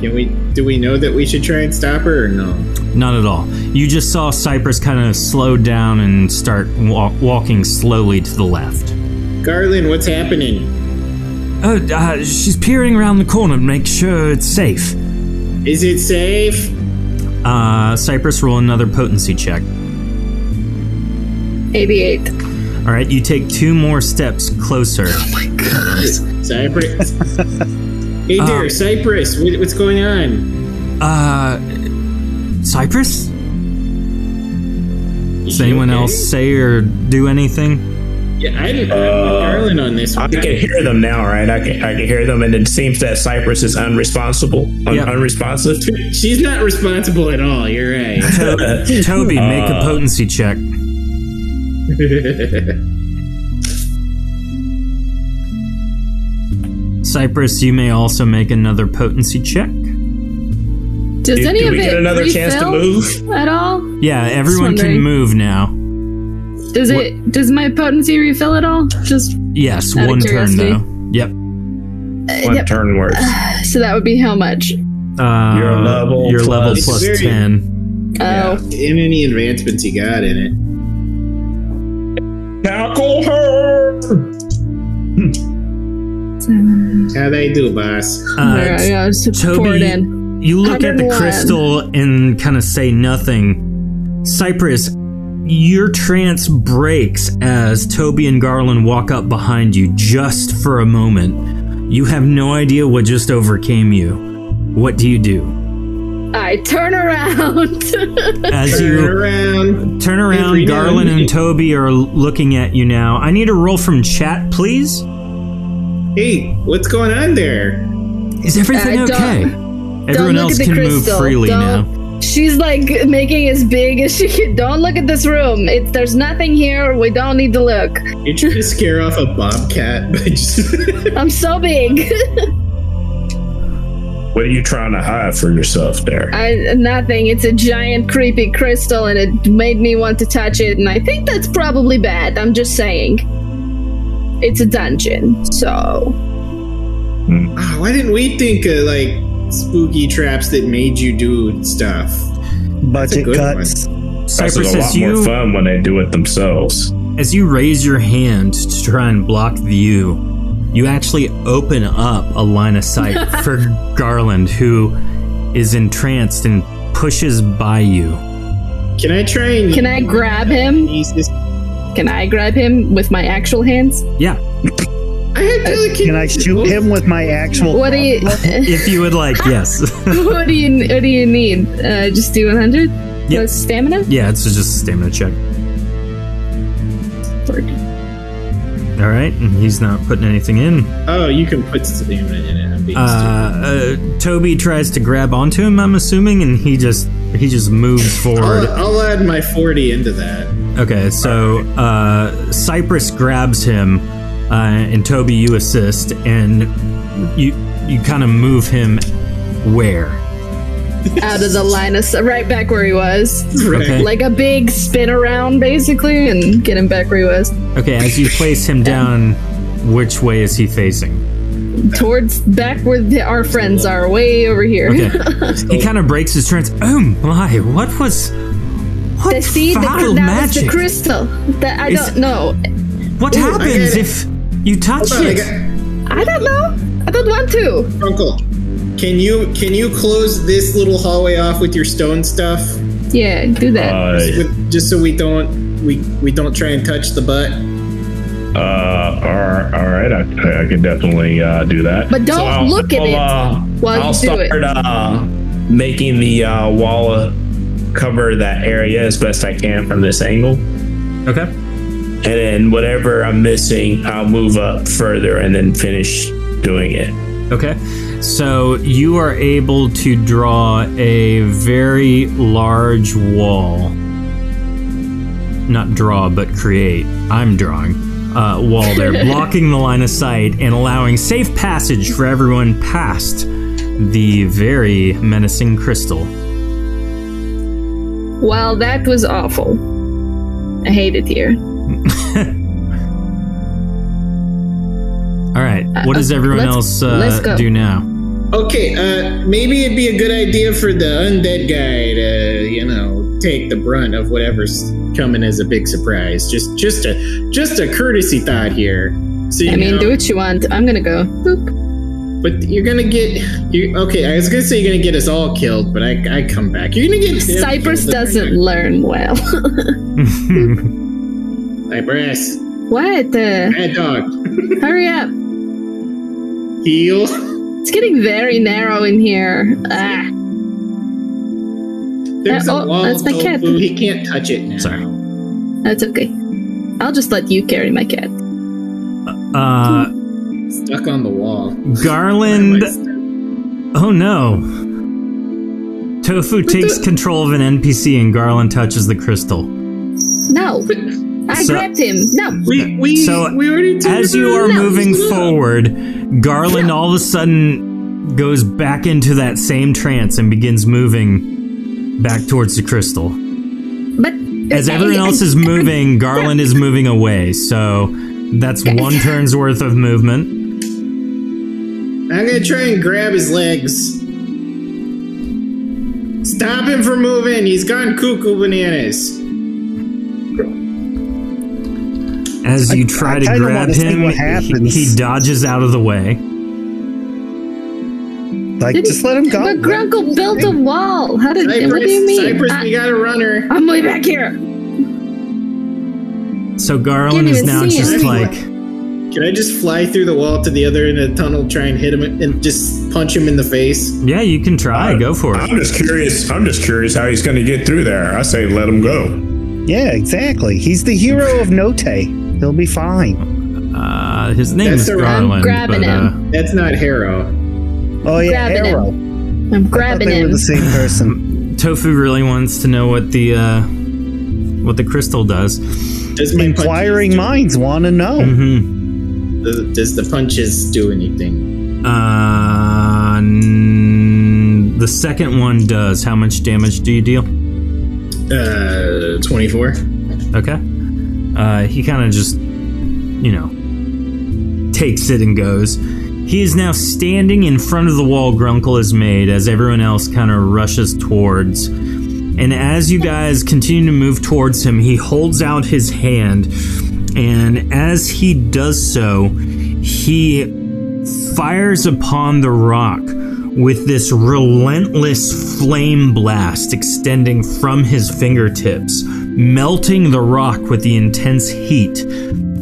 S3: Can we? Do we know that we should try and stop her or no?
S2: Not at all. You just saw Cypress kind of slow down and start wa- walking slowly to the left.
S3: Garland, what's happening?
S2: Oh, uh, she's peering around the corner to make sure it's safe.
S3: Is it safe?
S2: Uh, Cypress, roll another potency check.
S9: 88.
S2: All right, you take two more steps closer.
S3: Cypress.
S2: [laughs]
S3: hey there,
S2: Uh.
S3: Cypress. What, what's going on?
S2: Uh, Cypress? Does anyone
S3: okay?
S2: else say or
S6: [laughs]
S2: do anything?
S3: Yeah, I didn't.
S1: Uh,
S3: Garland on this
S6: I
S3: one.
S6: can hear them now, right? I can I can hear them, and it seems that Cypress is unresponsible, un-
S2: Yep.
S6: unresponsive.
S3: She's not responsible at all. You're
S2: [laughs]
S3: right. [laughs]
S2: To- Toby, make a
S6: Uh.
S2: potency check. Cypress, you may also make another potency check.
S9: Does
S6: Do,
S9: any
S6: do
S9: of
S6: we
S9: it
S6: get another
S9: refill
S6: chance to move?
S9: at all?
S2: Yeah, everyone can
S9: wondering.
S2: move now.
S9: Does it? Does my potency refill at all? Just
S2: Yes,
S9: Out of
S2: one turn
S9: curiosity.
S2: though. Yep.
S9: uh,
S6: One
S9: yep.
S6: turn worth.
S9: So that would be how much?
S2: Uh,
S6: Your level
S2: your level
S6: plus-
S2: plus
S3: Very-
S2: ten.
S9: Oh,
S3: in any advancements you got in it.
S6: Tackle her.
S3: How they do, boss?
S2: Uh,
S9: yeah, yeah, just pour
S2: Toby-
S9: it in.
S2: You look at the
S9: 101.
S2: crystal and kind of say nothing. Cypress, your trance breaks as Toby and Garland walk up behind you just for a moment. You have no idea what just overcame you. What do you
S9: [laughs]
S2: do?
S9: I turn around. [laughs]
S2: As
S3: Turn
S2: you
S3: around.
S2: turn around,
S3: Every now
S2: Garland
S3: and
S2: and Toby are looking at you now. I need a roll from chat, please.
S3: Hey, what's going on there?
S2: Is everything
S9: Uh, don't-
S2: okay? Everyone
S9: Don't look
S2: else
S9: at the
S2: can move
S9: crystal.
S2: freely
S9: Don't-
S2: now.
S9: She's like making as big as she can. Don't look at this room. It's there's nothing here. We don't need to look.
S3: You're trying
S9: [laughs]
S3: to scare off a bobcat, but just [laughs]
S9: I'm so big. [laughs]
S6: What are you trying to hide for yourself there?
S9: I nothing. It's a giant creepy crystal, and it made me want to touch it. And I think that's probably bad. I'm just saying. It's a dungeon, so
S3: Ah, why didn't we think of like spooky traps that made you do stuff?
S10: Budget
S3: good one.
S10: cuts.
S6: This
S2: Cypress,
S6: is a
S2: as
S6: lot more
S2: you
S6: fun when they do it themselves.
S2: As you raise your hand to try and block the view, you actually open up a line of sight for Garland, who is entranced and pushes by you.
S3: Can I try and
S9: can I grab him?
S3: use this?
S9: Can I grab him with my actual hands?
S2: Yeah,
S3: I have telekinesis.
S10: Can I shoot him with my actual?
S9: What do you?
S2: if you would like, yes.
S9: [laughs] what do you? What do you need? Uh, just do 100.
S2: Yep.
S9: Plus stamina.
S2: yeah, it's just a stamina check. All right, and he's not putting anything in.
S3: Oh, you can put stamina in it. I'm being
S2: Uh, uh, Toby tries to grab onto him, I'm assuming, and he just he just moves forward.
S3: stupid. I'll, I'll add my 40 into that.
S2: Okay, so uh, Cypress grabs him, uh, and Toby, you assist, and you you kind of move him where?
S9: Out of the line of sight, right back where he was.
S2: Okay,
S9: Like a big spin around, basically, and get him back where he was.
S2: okay. As you place him down, which way is he facing?
S9: towards back where the, our friends are, way over here.
S2: Okay, he kind of breaks his trance. Oh my! What was? What
S9: [laughs] The see, the,
S2: foul
S9: that was
S2: magic?
S9: the crystal. That I
S2: Is-
S9: don't know.
S2: what happens
S3: it.
S2: if you touch
S3: Hold on, I
S2: it?
S3: got,
S9: I don't know. I don't want to.
S3: Uncle, can you can you close this little hallway off with your stone stuff?
S9: Yeah, do that.
S6: Uh,
S3: With, just so we don't we we don't try and touch the butt.
S6: uh, all right, all right I, I can definitely uh, do that.
S9: But don't look at it.
S6: Uh,
S9: While
S11: I'll
S9: you do
S11: start
S9: it.
S11: uh, making the uh, wall uh, cover that area as best I can from this angle.
S2: Okay.
S11: And then whatever I'm missing, I'll move up further and then finish doing it.
S2: Okay. So you are able to draw a very large wall. Not draw, but create. I'm drawing. Uh, wall there,
S9: [laughs]
S2: blocking the line of sight and allowing safe passage for everyone past the very menacing crystal.
S9: Well, that was awful. I hate it here.
S2: All right, what does
S9: Uh,
S2: everyone
S9: let's-
S2: else
S9: let's
S2: uh,
S9: go.
S2: do now?
S3: Okay, uh, maybe it'd be a good idea for the undead guy to, you know, take the brunt of whatever's coming as a big surprise. Just, just a, just a courtesy thought here. So you
S9: I mean,
S3: know,
S9: do what you want. I'm gonna go. Boop.
S3: but you're gonna get, you okay? I was gonna say you're gonna get us all killed, but I, I come back. You're gonna get them
S9: Cypress
S3: killed.
S9: doesn't learn well. [laughs]
S3: Cypress,
S9: what? Uh,
S3: bad dog,
S9: hurry up.
S3: heal. [laughs]
S9: It's getting very narrow in here. Ah.
S3: There's
S9: Uh,
S3: a
S9: oh,
S3: wall
S9: that's
S3: of
S9: my cat.
S3: tofu. He can't touch it now.
S2: Sorry.
S9: That's okay. I'll just let you carry my cat.
S2: Uh,
S3: Stuck on the wall.
S2: Garland. Oh no. Tofu takes
S9: the-
S2: control of an NPC and Garland touches the crystal.
S9: No. I
S2: So-
S9: grabbed him. No.
S3: We, we,
S2: So,
S3: we already took
S2: As
S3: it
S2: you are
S9: No.
S2: moving forward, Garland all of a sudden goes back into that same trance and begins moving back towards the crystal.
S9: But
S2: As everyone else is
S9: [laughs]
S2: moving, Garland is moving away. So that's one turn's worth of movement.
S3: I'm gonna try and grab his legs. Stop him from moving. He's gone cuckoo bananas.
S2: As you try
S10: I
S2: to
S10: kinda
S2: grab
S10: wanna see
S2: him,
S10: what
S2: he-
S10: happens.
S2: he dodges out of the way.
S10: Like,
S9: Didn't-
S10: just let him go.
S9: But Grunkle built a wall. How did?
S3: Cypress,
S9: what do you mean?
S3: Cypress,
S9: I,
S3: we got a runner.
S9: I'm way back here.
S2: So Garland
S9: Can't
S2: is
S9: even
S2: now
S9: see him
S2: just
S9: anymore.
S2: like.
S3: Can I just fly through the wall to the other end of the tunnel, try and hit him, and just punch him in the face?
S2: Yeah, you can try. Go for it.
S6: I'm just curious. I'm just curious how he's going to get through there. I say let him go.
S10: Yeah, exactly. He's the hero of Note. He'll be fine.
S2: Uh, his name
S3: That's
S2: is
S3: the- I'm
S2: Garland.
S9: grabbing
S2: but, uh,
S3: That's not Harrow.
S10: Oh yeah,
S9: Grabbing him.
S10: Arrow.
S9: I'm grabbing
S10: they
S9: him.
S10: were the same person.
S2: Tofu really wants to know what the uh, what the crystal does.
S3: Does my punches
S10: Inquiring
S3: do-
S10: minds want to know.
S2: Mm-hmm.
S3: Does, does the punches do anything?
S2: Uh, n- the second one does. How much damage do you deal?
S3: Uh, twenty-four.
S2: Okay. Uh, he kind of just, you know, takes it and goes. He is now standing in front of the wall Grunkle has made as everyone else kind of rushes towards. And as you guys continue to move towards him, he holds out his hand. And as he does so, he fires upon the rock with this relentless flame blast extending from his fingertips, melting the rock with the intense heat,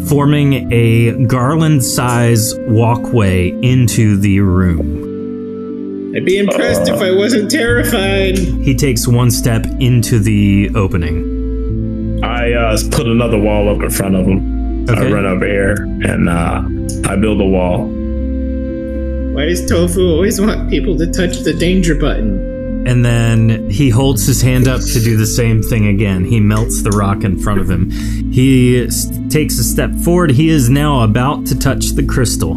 S2: forming a garland size walkway into the room.
S3: I'd be impressed if I wasn't terrified.
S2: He takes one step into the opening.
S6: I uh, put another wall up in front of him. I
S2: Okay.
S6: run over here and uh, I build a wall.
S3: Why does Tofu always want people to touch the danger button?
S2: And then he holds his hand up to do the same thing again. He melts the rock in front of him. He s- takes a step forward. He is now about to touch the crystal.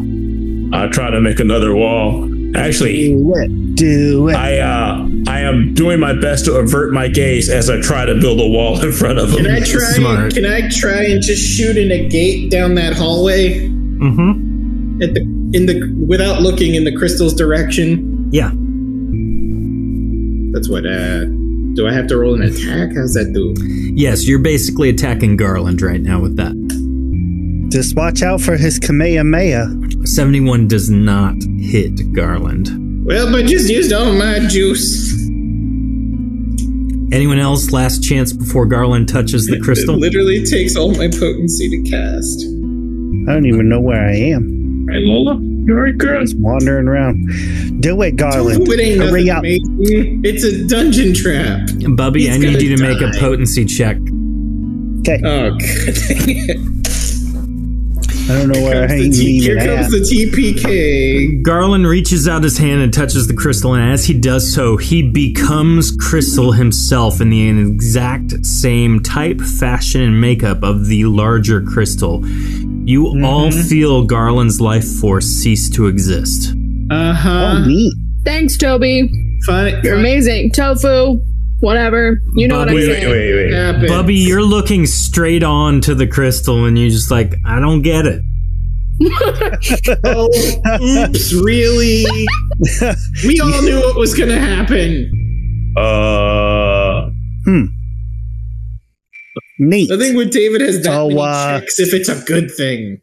S6: I try to make another wall. Actually,
S10: Do it. Do it.
S6: I uh, I am doing my best to avert my gaze as I try to build a wall in front of
S3: Can I
S6: him.
S3: try?
S2: Smart.
S3: Can I try and just shoot in a gate down that hallway?
S2: Mm-hmm.
S3: at the in the without looking in the crystal's direction.
S2: Yeah.
S3: That's what. uh Do I have to roll an attack? How's that do?
S2: Yes, you're basically attacking Garland right now with that.
S10: Just watch out for his Kamehameha.
S2: 71 does not hit Garland.
S3: Well, but just used all my juice.
S2: Anyone else last chance before Garland touches the
S3: It
S2: crystal?
S3: literally takes all my potency to cast.
S10: I don't even know where I am.
S6: Hey, Lola, you right, girl?
S10: Just wandering around. Do it, Garland.
S3: It ain't nothing
S10: Hurry up.
S3: amazing. It's a dungeon trap.
S2: Bubby, I
S3: He's
S2: need
S3: gonna
S2: you to make a
S3: die.
S2: potency check.
S10: Okay.
S3: Oh, God.
S10: I don't know where I
S3: the
S10: ain't
S3: T-
S10: even
S3: [laughs] here comes the
S10: at.
S3: TPK.
S2: Garland reaches out his hand and touches the crystal, and as he does so, he becomes Crystal himself in the exact same type, fashion, and makeup of the larger crystal. You all
S3: Mm-hmm.
S2: feel Garland's life force cease to exist.
S3: Uh huh.
S10: Oh, neat.
S9: Thanks, Toby.
S3: Fun.
S9: You're amazing. Tofu, whatever. You know what I'm
S2: Wait,
S9: saying.
S11: wait,
S3: Happen.
S2: Bubby, you're looking straight on to the crystal, and you're just like, I don't get it.
S3: Oh, oops, really? we all
S10: [laughs]
S3: knew what was going to happen.
S6: Uh,
S10: Neat.
S3: I think when David has that
S10: So,
S3: many
S10: uh,
S3: chicks, if it's a good thing.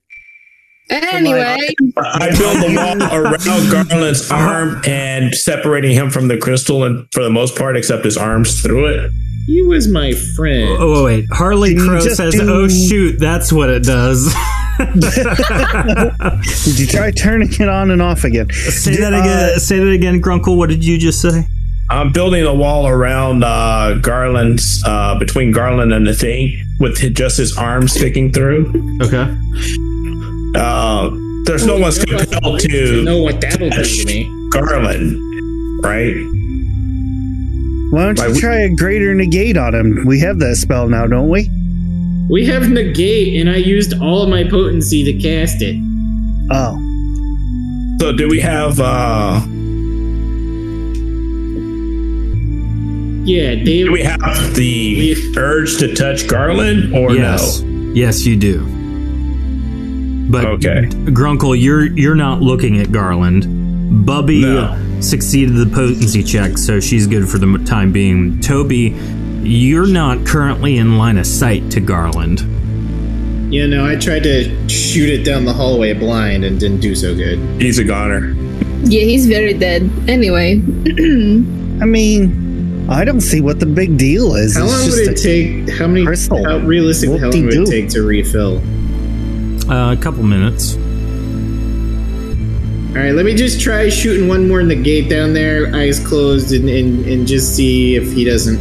S9: Anyway,
S11: I build the wall around Garland's arm and separating him from the crystal, and for the most part, except his arms through it.
S3: He was my friend.
S2: Oh wait, Harley
S10: Did you
S2: Crow
S10: just
S2: says,
S10: do-
S2: "Oh shoot, that's what it
S10: [laughs]
S2: does."
S10: Did you try turning it on and off again?
S2: Say that again. say that again, Grunkle. What did you just say?
S11: I'm building a wall around uh, Garland's, uh, between Garland and the thing, with hi- just his arm sticking through.
S2: oh. Okay.
S11: Uh, there's no one's compelled to
S3: know what that'll do to me.
S11: Garland, right?
S10: Why don't
S11: Why
S10: you
S11: would-
S10: try a greater negate on him? We have that spell now, don't we?
S3: We have negate, and I used all of my potency to cast it.
S10: Oh,
S11: So, do we have? Uh,
S3: Yeah,
S11: do
S3: David.
S11: we have the urge to touch Garland, or
S2: yes.
S11: no?
S2: Yes, you do. But
S11: Okay.
S2: Grunkle, you're you're not looking at Garland. Bubby
S11: No.
S2: succeeded the potency check, so she's good for the m- time being. Toby, you're not currently in line of sight to Garland.
S3: You know, I tried to shoot it down the hallway blind and didn't do so good.
S11: He's a goner.
S9: yeah, he's very dead. Anyway, [clears throat]
S10: I mean, I don't see what the big deal is.
S3: How
S10: It's
S3: long would
S10: just
S3: it take? How many?
S10: crystal.
S3: How, realistically, how long would it
S10: Whoop-dee-doo.
S3: take to refill?
S2: Uh, a couple minutes.
S3: All right, let me just try shooting one more in the gate down there, eyes closed, and, and, and just see if he doesn't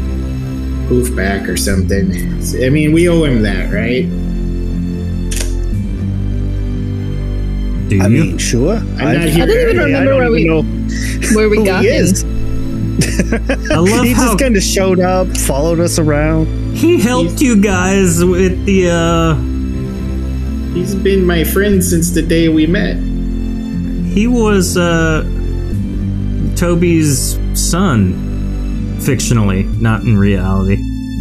S3: poof back or something. I mean, we owe him that, right?
S2: Do you?
S10: I mean, sure.
S3: not here. I
S9: don't even remember where we-
S10: know
S9: where we
S10: who
S9: got
S10: he
S9: him.
S10: is.
S2: I love
S10: [laughs] he
S2: how
S10: just kind of showed up, followed us around.
S2: he helped you guys with the. uh
S3: He's been my friend since the day we met.
S2: He was uh Toby's son, fictionally, not in reality.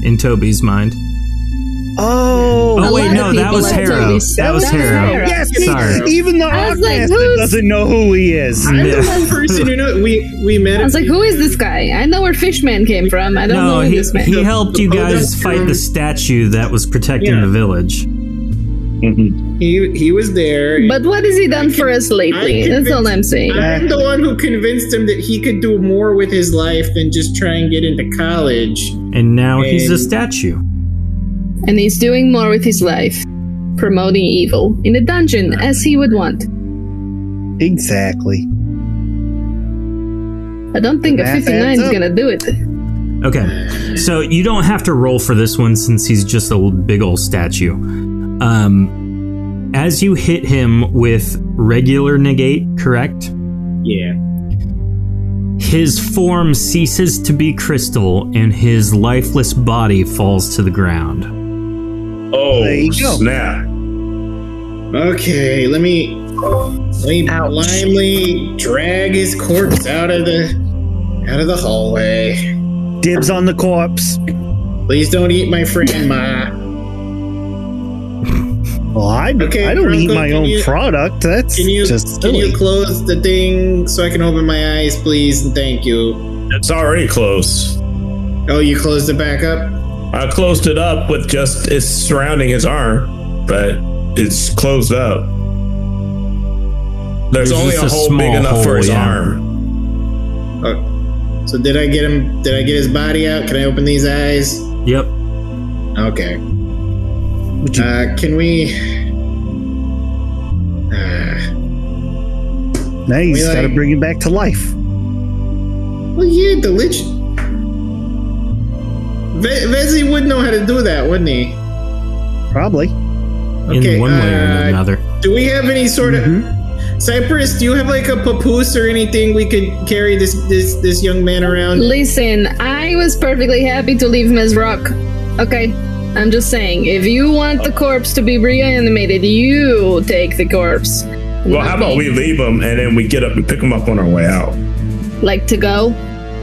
S2: In Toby's mind.
S10: Oh,
S2: Oh,
S9: A
S2: wait,
S9: lot
S2: no,
S9: of
S2: that
S9: people
S2: was
S9: like
S2: Harrow.
S9: Toby's.
S2: That was
S9: That was
S2: Harrow.
S9: Harrow.
S10: yes, he-
S2: Sorry.
S10: even the
S9: I was like,
S10: Hawkmaster
S9: who's-
S10: doesn't know who he is.
S3: I'm the
S2: Yeah.
S3: one person who know we we met.
S9: I was like, who is this guy? I know where Fishman came from. I don't know
S2: No,
S9: who
S2: he,
S9: this man.
S2: he helped you
S3: Oh,
S2: guys
S3: that's
S2: fight
S3: true.
S2: the statue that was protecting
S3: Yeah.
S2: the village.
S3: He he was there.
S9: But what has he done for us lately?
S3: I
S9: That's all I'm saying.
S3: I'm the one who convinced him that he could do more with his life than just try and get into college.
S2: And now he's a
S3: And-
S2: statue.
S9: And he's doing more with his life, promoting evil in the dungeon as he would want.
S10: Exactly.
S9: I don't think a
S10: That adds
S9: 59 is
S10: up.
S9: gonna do it.
S2: Okay. So you don't have to roll for this one since he's just a l- big old statue. Um, as you hit him with regular negate, correct?
S3: Yeah.
S2: His form ceases to be crystal and his lifeless body falls to the ground.
S11: Oh
S10: There you go.
S11: snap!
S3: Okay, let me let me blindly drag his corpse out of the out of the hallway.
S10: Dibs on the corpse.
S3: Please don't eat my friend, Ma.
S10: Well, I,
S3: Okay,
S10: I don't eat
S3: Franco,
S10: my
S3: can
S10: own
S3: you-
S10: product. That's
S3: Can you
S10: just
S3: can
S10: silly.
S3: you close the thing so I can open my eyes, please? And thank you.
S11: It's already close.
S3: Oh, you closed it back up.
S11: I closed it up with just it's surrounding his arm, but it's closed up. There's,
S2: There's
S11: only a
S2: just a
S11: hole
S2: small
S11: big enough for
S2: hole,
S11: his
S2: yeah.
S11: arm.
S3: Oh, so did I get him? Did I get his body out? Can I open these eyes?
S2: Yep.
S3: Okay.
S10: Would you-
S3: Uh, can we? Uh,
S10: now you
S3: we
S10: just got to
S3: like-
S10: bring it back to life.
S3: Well, yeah, the lich. Ve- Vezzy would know how to do that, wouldn't he?
S10: Probably.
S3: Okay,
S2: in one way
S3: uh,
S2: or another. Mm-hmm.
S3: Do we have any sort of Cypress? Do you have like a papoose or anything we could carry this this this young man around?
S9: Listen, I was perfectly happy to leave Ms. Rock. Okay, I'm just saying, if you want the corpse to be reanimated, you take the corpse.
S11: Well, how about we leave them and then we get up and pick them up on our way out?
S9: Like to go?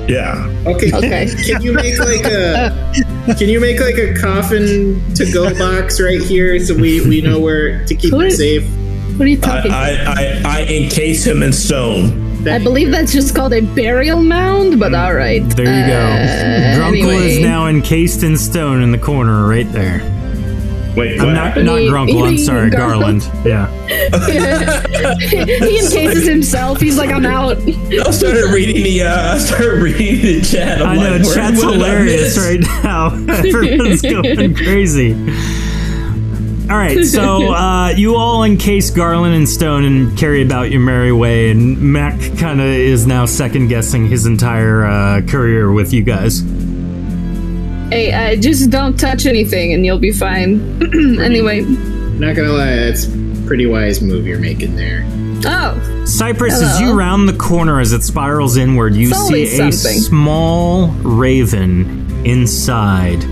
S11: Yeah.
S3: Okay.
S9: Okay.
S3: Can you make like a Can you make like a coffin to
S2: [laughs]
S3: go box right here so we we know where to keep
S9: Who
S3: him
S9: is-
S3: safe?
S9: What are you
S11: I,
S9: talking? I,
S11: I, I, I encase him in stone.
S9: believe that's just called a burial mound, but all right.
S2: Mm, There you go.
S9: Uh,
S2: Drunkle is
S9: anyway.
S2: now encased in stone in the corner right there.
S11: Wait,
S2: I'm
S11: what
S2: not,
S11: happened?
S2: not
S9: You-
S2: Grunkle, I'm
S9: you
S2: sorry,
S9: mean Garland?
S2: Garland. Yeah.
S9: he encases himself. He's like,
S2: [laughs]
S9: I'm out.
S11: I started reading the uh, I started reading the chat. I'm
S2: I know,
S11: like, where-
S2: chat's
S11: what did I
S2: hilarious
S11: miss?
S2: right now. [laughs]
S11: [laughs]
S2: Everyone's going crazy. All right, so uh, you all encase Garland in stone and carry about your merry way, and Mac kind of is now second guessing his entire uh, career with you guys.
S9: Hey, uh, just don't touch anything, and you'll be fine. [clears throat] anyway,
S3: Not gonna lie, that's a pretty wise move you're making there.
S9: oh,
S2: Cypress, as
S9: Hello.
S2: you round the corner as it spirals inward, you
S9: It's always
S2: see a
S9: something.
S2: small raven inside,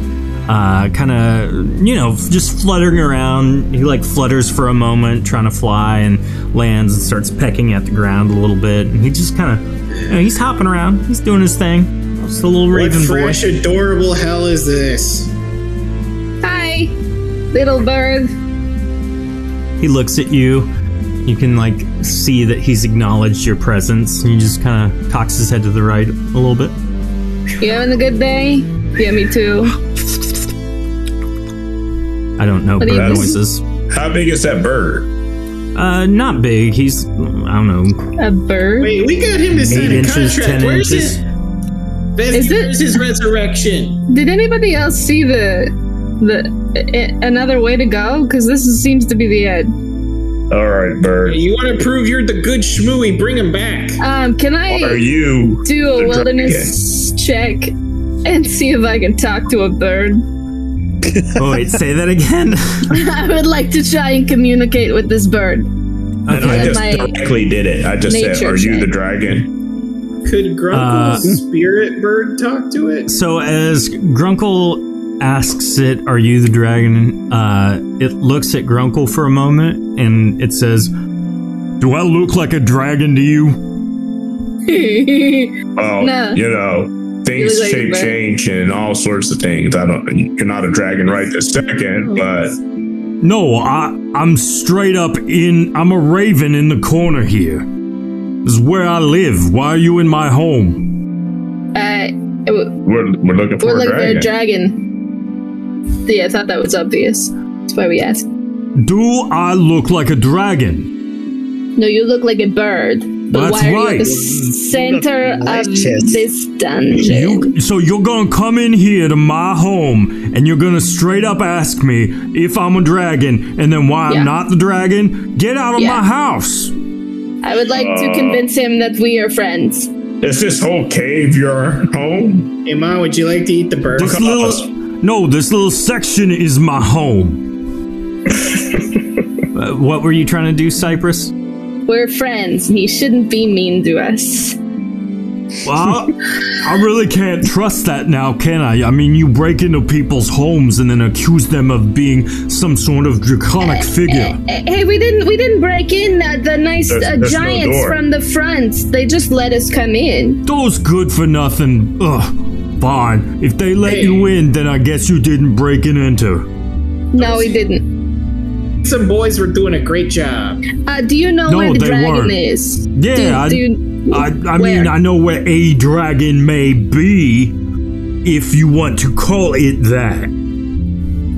S2: uh, kind of, you know, just fluttering around. He like flutters for a moment, trying to fly, and lands and starts pecking at the ground a little bit. And he just kind of, you know, he's hopping around, he's doing his thing. Just a little
S3: What
S2: raven boy.
S3: fresh, adorable hell is this?
S9: hi, little bird.
S2: He looks at you. You can like see that he's acknowledged your presence, and he just kind of cocks his head to the right a little bit.
S9: You having a good day? Yeah, me too.
S2: I don't know
S9: What do you
S2: bird
S9: think?
S2: noises.
S11: How big is that bird?
S2: Uh, not big. He's I don't know.
S9: A bird?
S3: Wait, we got him to sign
S2: Eight
S3: a
S2: inches,
S3: contract.
S2: ten
S3: Where's
S2: inches.
S3: his Vezzy,
S9: Is it-
S3: where's his resurrection?
S9: Did anybody else see the the a, another way to go? Because this is, seems to be the end.
S6: All right, Bird.
S3: You want to prove you're the good shmooey? Bring him back.
S9: Um, can I?
S11: Are you?
S9: do
S11: The
S9: a
S11: dra-
S9: wilderness check and see if I can talk to a bird. [laughs]
S2: Oh wait, say that again.
S9: I would like to try and communicate with this bird. [laughs]
S11: And I
S9: Okay.
S11: just
S9: My
S11: directly did it. I just said,
S9: nature
S11: "Are you
S9: check.
S11: the dragon?"
S3: Could
S2: Uh,
S3: Grunkle's spirit bird talk to it?
S2: so as Grunkle asks it, "Are you the dragon?" Uh, it looks at Grunkle for a moment and it says, "Do I look like a dragon to you?"
S9: Uh,
S6: Um,
S11: Well,
S9: No.
S11: you know, things
S9: You look like a
S11: shape
S9: bird.
S11: change and all sorts of things. I don't. You're not a dragon right this
S9: Oh.
S11: second, but
S2: No, I I'm straight up in. I'm a raven in the corner here. This is where I live. Why are you in my home?
S9: Uh, w-
S11: we're we're looking for
S9: we're
S11: a
S9: looking for
S11: dragon.
S9: a dragon. Yeah, I thought that was obvious. That's why we asked.
S2: Do I look like a dragon?
S9: No, you look like a bird. But
S2: That's
S9: why are you
S2: right.
S9: at the center of
S10: Delicious.
S9: this dungeon?
S2: You, so you're gonna come in here to my home and you're gonna straight up ask me if I'm a dragon and then why
S9: Yeah.
S2: I'm not the dragon? Get out of
S9: Yeah.
S2: my house!
S9: I would like
S2: Oh.
S9: to convince him that we are friends.
S11: Is this whole cave your home?
S3: Hey, Ma, would you like to eat the bird?
S2: This little, no, this little section is my home. Uh, what were you trying to do, Cypress?
S9: We're friends. and He shouldn't be mean to us.
S2: Well, I, I really can't trust that now, can I? I mean, you break into people's homes and then accuse them of being some sort of draconic figure.
S9: Eh, Hey, we didn't we didn't break in uh, the nice
S11: There's-
S9: uh,
S11: there's no
S9: giants
S11: door.
S9: from the front. They just let us come in.
S2: Those good for nothing. Ugh. Fine. If they let you in, then I guess you didn't break and enter.
S9: No, we didn't.
S3: Some boys were doing a great job.
S9: Uh, do you know
S2: No,
S9: where the
S2: they
S9: dragon
S2: weren't.
S9: is?
S2: Yeah,
S9: Do,
S2: I-
S9: do you-
S2: I, I
S9: where?
S2: mean, I know where a dragon may be, if you want to call it that.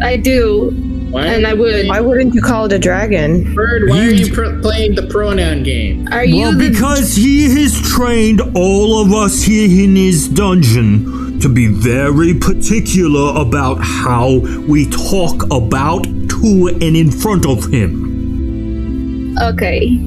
S9: I do,
S3: Why,
S9: and I would.
S5: Why wouldn't you call it a dragon?
S3: bird, why are you pr- playing the pronoun game?
S9: Are you
S2: well,
S9: the?
S2: because he has trained all of us here in his dungeon to be very particular about how we talk about to and in front of him.
S9: okay,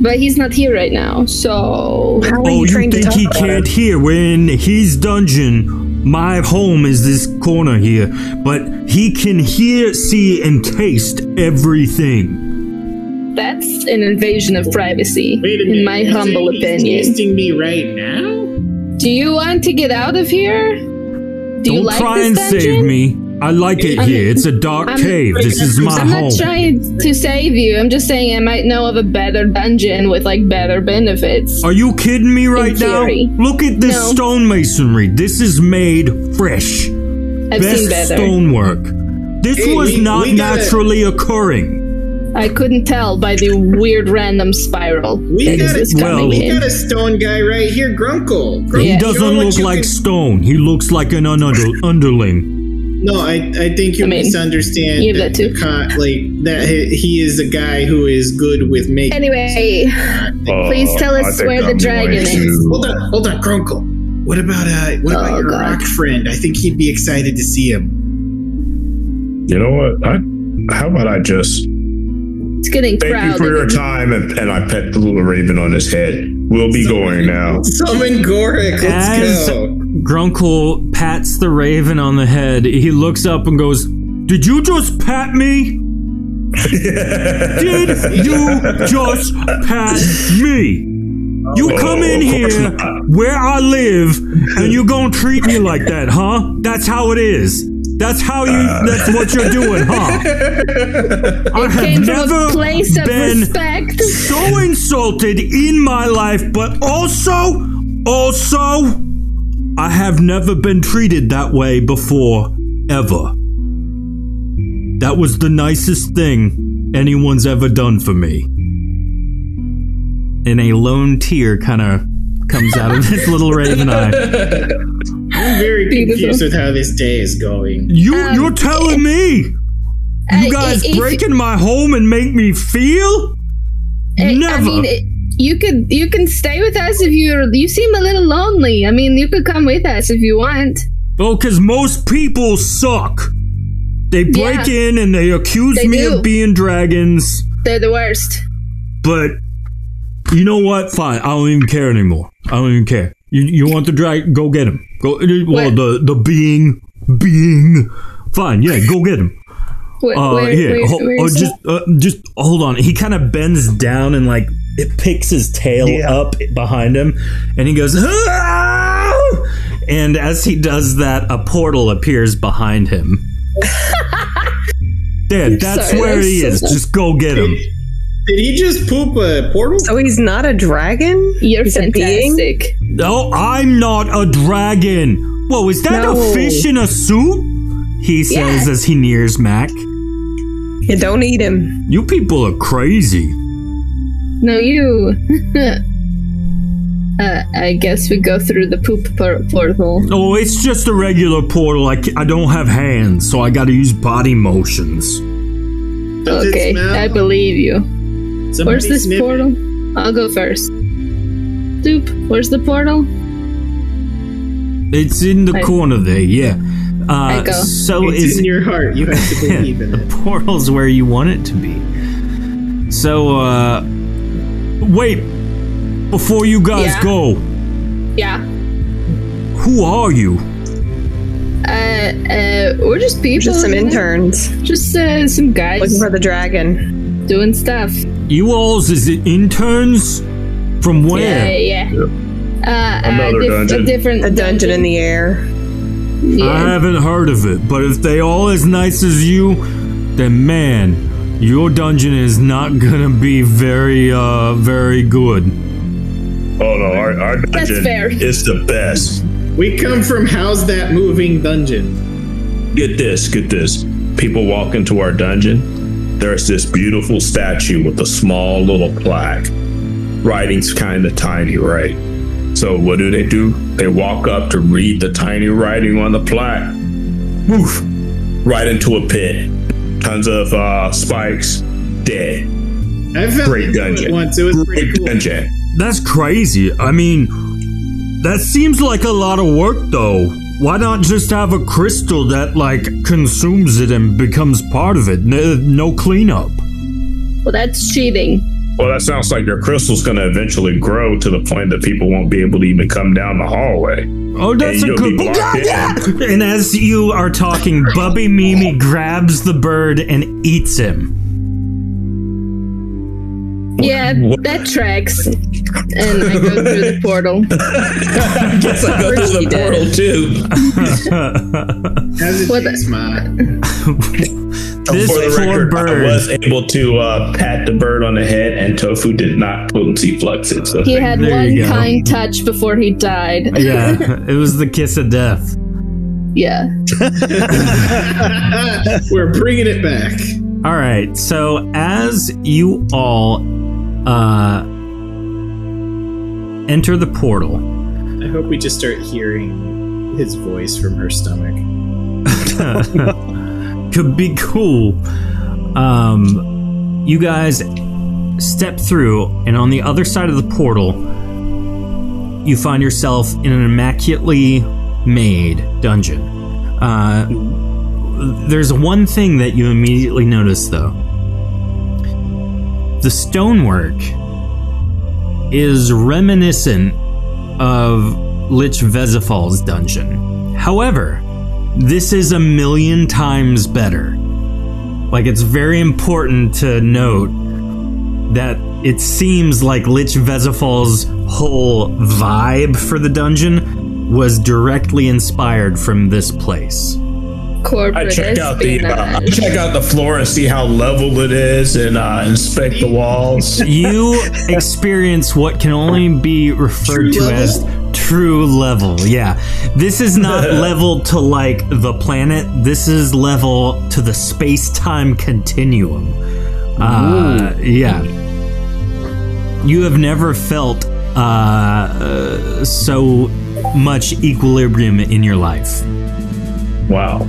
S9: But he's not here right now, so.
S2: Oh, you think he can't hear? We're in his dungeon. My home is this corner here, but he can hear, see, and taste everything.
S9: That's an invasion of privacy, in my humble opinion.
S3: Tasting me right now.
S9: Do you want to get out of here? Do you
S2: Don't
S9: like
S2: try
S9: this
S2: and
S9: dungeon?
S2: save me. I like it
S9: I'm-
S2: here. It's a dark
S9: I'm-
S2: cave. This is my
S9: I'm
S2: home.
S9: not trying to save you. I'm just saying I might know of a better dungeon with like better benefits.
S2: Are you kidding me right now?
S9: theory.
S2: Look at this
S9: No.
S2: stonemasonry. This is made fresh.
S9: I've
S2: Best
S9: seen better.
S2: stonework. This
S9: Hey,
S2: was
S9: we-
S2: not
S9: we gotta-
S2: naturally occurring.
S9: I couldn't tell by the weird random spiral
S3: We
S9: that
S3: got,
S9: is
S3: a,
S9: coming
S3: we
S9: in.
S3: got a stone guy right here, Grunkle. Grunkle,
S2: He
S3: show
S2: doesn't
S3: what
S2: look
S3: you
S2: like
S3: can-
S2: stone. He looks like an under- underling.
S3: No, I, I think you
S9: I mean,
S3: misunderstand.
S9: you have that
S3: the con- like that, he, he is a guy who is good with making.
S9: Anyway, please
S6: Uh,
S9: tell us where the dragon is.
S3: Hold on, hold on, Grunkle. What about uh, what
S9: Oh,
S3: about your rock friend? I think he'd be excited to see him.
S6: You know what? I, how about I just
S9: It's getting
S6: thank you
S9: crowded.
S6: for your time, and, and I pet the little raven on his head. We'll be going now.
S3: Summon Gorik. Let's
S2: As
S3: go.
S2: Grunkle pats the raven on the head, he looks up and goes, Did you just pat me? Did you just pat me? You come in here where I live and you gonna treat me like that, huh? That's how it is. That's how you that's what you're doing,
S9: [laughs]
S2: huh? I
S9: It
S2: have
S9: came from
S2: never
S9: a place of
S2: been
S9: respect.
S2: so insulted in my life, but also, also, I have never been treated that way before, ever. That was the nicest thing anyone's ever done for me. And a lone tear kind of comes out of his
S9: [laughs]
S2: little raven eye.
S3: I'm very
S9: Beautiful.
S3: confused with how this day is going.
S2: You, you're telling me
S9: I- Uh,
S2: you guys
S9: Um, if-
S2: breaking my home and make me feel?
S9: I- I
S2: Never.
S9: mean, it- you could you can stay with us if you're. You seem a little lonely. I mean, you could come with us if you want.
S2: Well, because most people suck. They break
S9: Yeah.
S2: in and they accuse
S9: They
S2: me
S9: do.
S2: of being dragons,
S9: They're the worst.
S2: but you know what? Fine, I don't even care anymore. I don't even care. You, you want the dragon? Go get him. Go. Well,
S9: What?
S2: the the being being. Fine, yeah, go get him.
S9: Where,
S2: Uh,
S9: where,
S2: here,
S9: where-
S2: ho-
S9: where
S2: oh,
S9: is
S2: just uh, just hold on. He kind of bends down and like it picks his tail up behind him, and he goes. "Ah!" And as he does that, a portal appears behind
S5: [laughs]
S2: him. Dad, that's
S5: sorry,
S2: where
S5: that's
S2: he
S5: so
S2: is.
S5: sad.
S2: Just go get him.
S3: Did he just poop a portal?
S5: So he's not a dragon?
S9: You're
S5: he's
S9: fantastic.
S2: No, Oh, I'm not a dragon. Whoa, is that
S5: No.
S2: a fish in a suit? He says as he nears Mac.
S5: A being? You don't eat him.
S2: You people are crazy.
S9: No, you. [laughs] uh, I guess we go through the poop por- portal.
S2: Oh, it's just a regular portal. I, ca- I don't have hands, so I gotta use body motions.
S3: Does it
S9: okay,
S3: smell?
S9: I believe you.
S3: Somebody
S9: Where's this
S3: sniff it.
S9: portal? I'll go first. Doop, where's the portal?
S2: It's in the
S9: I-
S2: corner there, yeah.
S9: I
S2: Uh,
S9: go.
S2: so
S3: it's
S2: is
S3: in your heart. You have to believe in it.
S2: the portal's where you want it to be. So, uh, wait, before you guys
S9: Yeah?
S2: go,
S9: Yeah.
S2: who are you?
S9: Uh, uh, we're just people.
S5: Just some
S9: you know?
S5: interns
S9: Just uh, some
S5: looking
S9: guys
S5: for the dragon.
S9: doing stuff.
S2: You alls is it interns? From where?
S9: Yeah, yeah. Uh,
S6: Another
S9: uh, dif-
S6: dungeon.
S9: A different
S5: A dungeon in the air.
S2: I
S9: Yeah.
S2: haven't heard of it, but if they all as nice as you, then man, your dungeon is not [laughs] gonna be very, uh, very good.
S6: [laughs] Oh no, our, our
S9: That's
S6: dungeon
S9: fair.
S6: is the best.
S3: We come from How's That Moving Dungeon.
S6: Get this, get this. People walk into our dungeon. There's this beautiful statue with a small little plaque. Writing's kind of tiny, right? So what do they do? They walk up to read the tiny writing on the plaque. Woof! Right into a pit. Tons of uh, spikes. Dead.
S3: I felt
S6: Great
S3: into it
S6: dungeon.
S3: once. It was pretty
S6: Great
S3: cool.
S6: dungeon.
S2: That's crazy. I mean, that seems like a lot of work, though. Why not just have a crystal that, like, consumes it and becomes part of it? N- No, cleanup.
S9: Well, that's cheating.
S6: Well, that sounds like their crystal's going to eventually grow to the point that people won't be able to even come down the hallway.
S2: Oh, that's
S6: And
S2: a
S6: you'll
S2: good.
S6: be locked in.
S2: [laughs] And as you are talking, Bubby Mimi grabs the bird and eats him.
S9: Yeah, that tracks. And I go through the portal. I
S11: guess I go through the portal too.
S3: How's
S9: What
S3: it
S9: the-
S3: taste, Ma?
S2: This
S6: For the
S2: poor
S6: record,
S2: bird.
S6: I was able to uh, pat the bird on the head, and Tofu did not potency flux it. So
S9: He
S6: thank
S9: had
S6: you.
S9: one
S2: you go.
S9: kind touch before he died.
S2: Yeah, it was the kiss of death.
S9: yeah.
S3: We're bringing it back.
S2: All right. So as you all uh, enter the portal,
S3: I hope we just start hearing his voice from her stomach.
S2: could be cool. Um, you guys step through, and on the other side of the portal, you find yourself in an immaculately made dungeon. Uh, there's one thing that you immediately notice, though. The stonework is reminiscent of Lich Vesifal's dungeon. However, this is a million times better. Like, it's very important to note that it seems like Lich Vesifal's whole vibe for the dungeon was directly inspired from this place.
S9: Corporate.
S6: I check out the uh, I
S9: espionage.
S6: check out the floor and see how level it is, and uh, inspect the walls.
S3: [laughs]
S2: You experience what can only be referred
S3: True
S2: to
S3: level?
S2: as true level. Yeah. This is
S3: [laughs]
S2: not level to like the planet, this is level to the space time continuum. Uh, yeah. You have never felt uh, uh, so much equilibrium in your life. [laughs]
S6: Wow.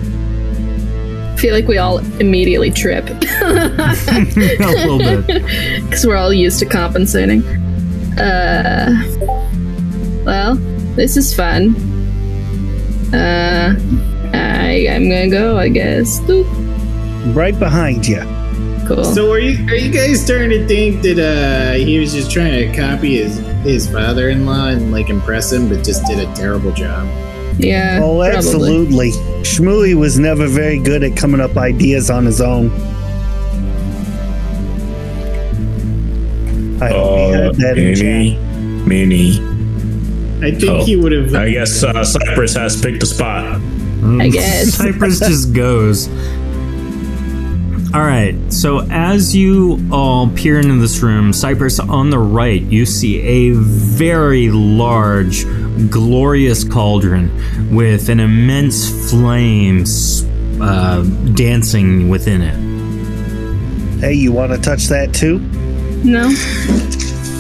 S9: I feel like we all immediately trip
S2: a little bit.
S9: because we're all used to compensating. Uh, well, this is fun. Uh, I I'm gonna go, I guess. Boop.
S10: Right behind Oh, you.
S9: Cool.
S3: So are you are you guys starting to think that uh he was just trying to copy his his father in law and like impress him but just did a terrible job?
S9: yeah.
S10: Oh,
S9: probably.
S10: absolutely. Shmooey was never very good at coming up ideas on his own. I hope he
S6: Uh,
S10: had that in chat.
S6: mini, mini.
S3: I think
S6: Oh.
S3: he would have
S6: I guess uh, Cypress has picked a spot.
S9: I guess.
S2: Cypress just goes. All right. So as you all peer into this room, Cypress on the right, you see a very large, glorious cauldron with an immense flame s- uh, dancing within it.
S10: Hey, you want to touch that too?
S9: No.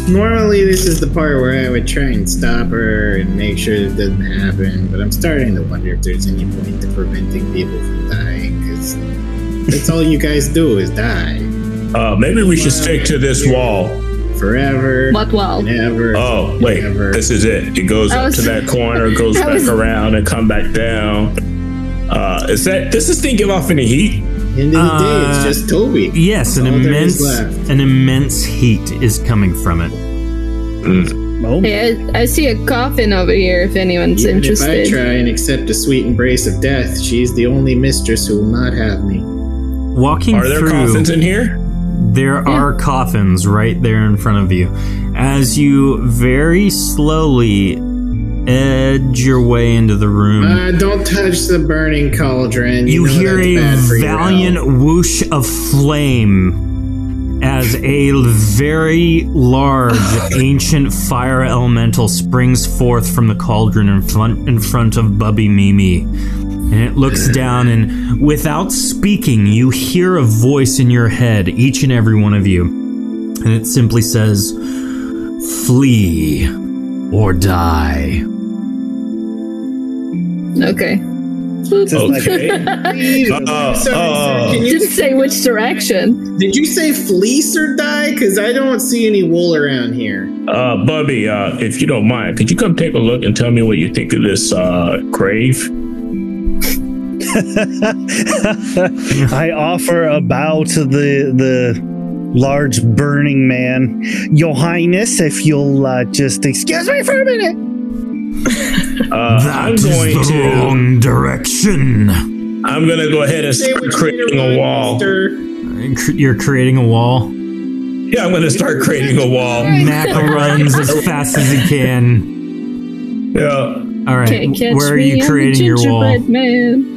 S3: normally this is the part where I would try and stop her and make sure it doesn't happen, but I'm starting to wonder if there's any point to preventing people from dying because that's all you guys do is die
S6: Uh, maybe we should stick to this wall.
S3: forever.
S9: What wall?
S3: and ever.
S6: Oh, wait.
S3: Never.
S6: This is it. It goes
S9: I
S6: up
S9: was-
S6: to
S9: [laughs]
S6: that corner, goes
S9: I
S6: back
S9: was-
S6: around, and come back down. Uh, is that does this thing give off any heat?
S3: End of the day, it's
S2: Uh,
S3: just Toby.
S2: Yes, an
S3: All there is
S2: immense,
S3: left.
S2: an immense heat is coming from it.
S10: No.
S9: Hey, I, I see a coffin over here. If anyone's
S3: Even if I
S9: interested.
S3: try and accept a sweet embrace of death, she's the only mistress who will not have me.
S2: Walking
S6: Are there
S2: through,
S6: coffins in here?
S2: There are coffins right there in front of you. As you very slowly edge your way into the room,
S3: Uh, don't touch the burning cauldron.
S2: you
S3: know
S2: hear
S3: that's
S2: a
S3: bad for your
S2: valiant
S3: health.
S2: whoosh of flame as a very
S3: [sighs]
S2: large ancient fire elemental springs forth from the cauldron in front, in front of Bubby Mimi. And it looks down, and without speaking, you hear a voice in your head, each and every one of you. And it simply says, Flee or die.
S9: Okay.
S6: Okay.
S3: Please,
S6: Uh,
S3: I'm sorry,
S6: uh.
S3: sir, can you-
S9: Didn't say which direction.
S3: Did you say fleece or die? Because I don't see any wool around here.
S6: Uh, Bubby, uh, if you don't mind, could you come take a look and tell me what you think of this uh, grave?
S10: I offer a bow to the the large burning man. Your Highness, if you'll uh, just excuse me for a minute.
S11: Uh,
S2: That
S11: I'm
S2: is
S11: going
S2: the
S11: to.
S2: wrong direction.
S11: I'm going to go ahead and
S3: Say
S11: start
S3: what you
S11: creating a
S3: want,
S11: wall.
S3: mister.
S2: You're creating a wall.
S11: Yeah, I'm going to start creating a wall.
S2: [laughs] Mac runs as fast as he can.
S11: Yeah.
S2: All right,
S9: Can't catch
S2: where are
S9: me, I'm
S2: you
S9: a
S2: creating your wall?
S9: gingerbread Man.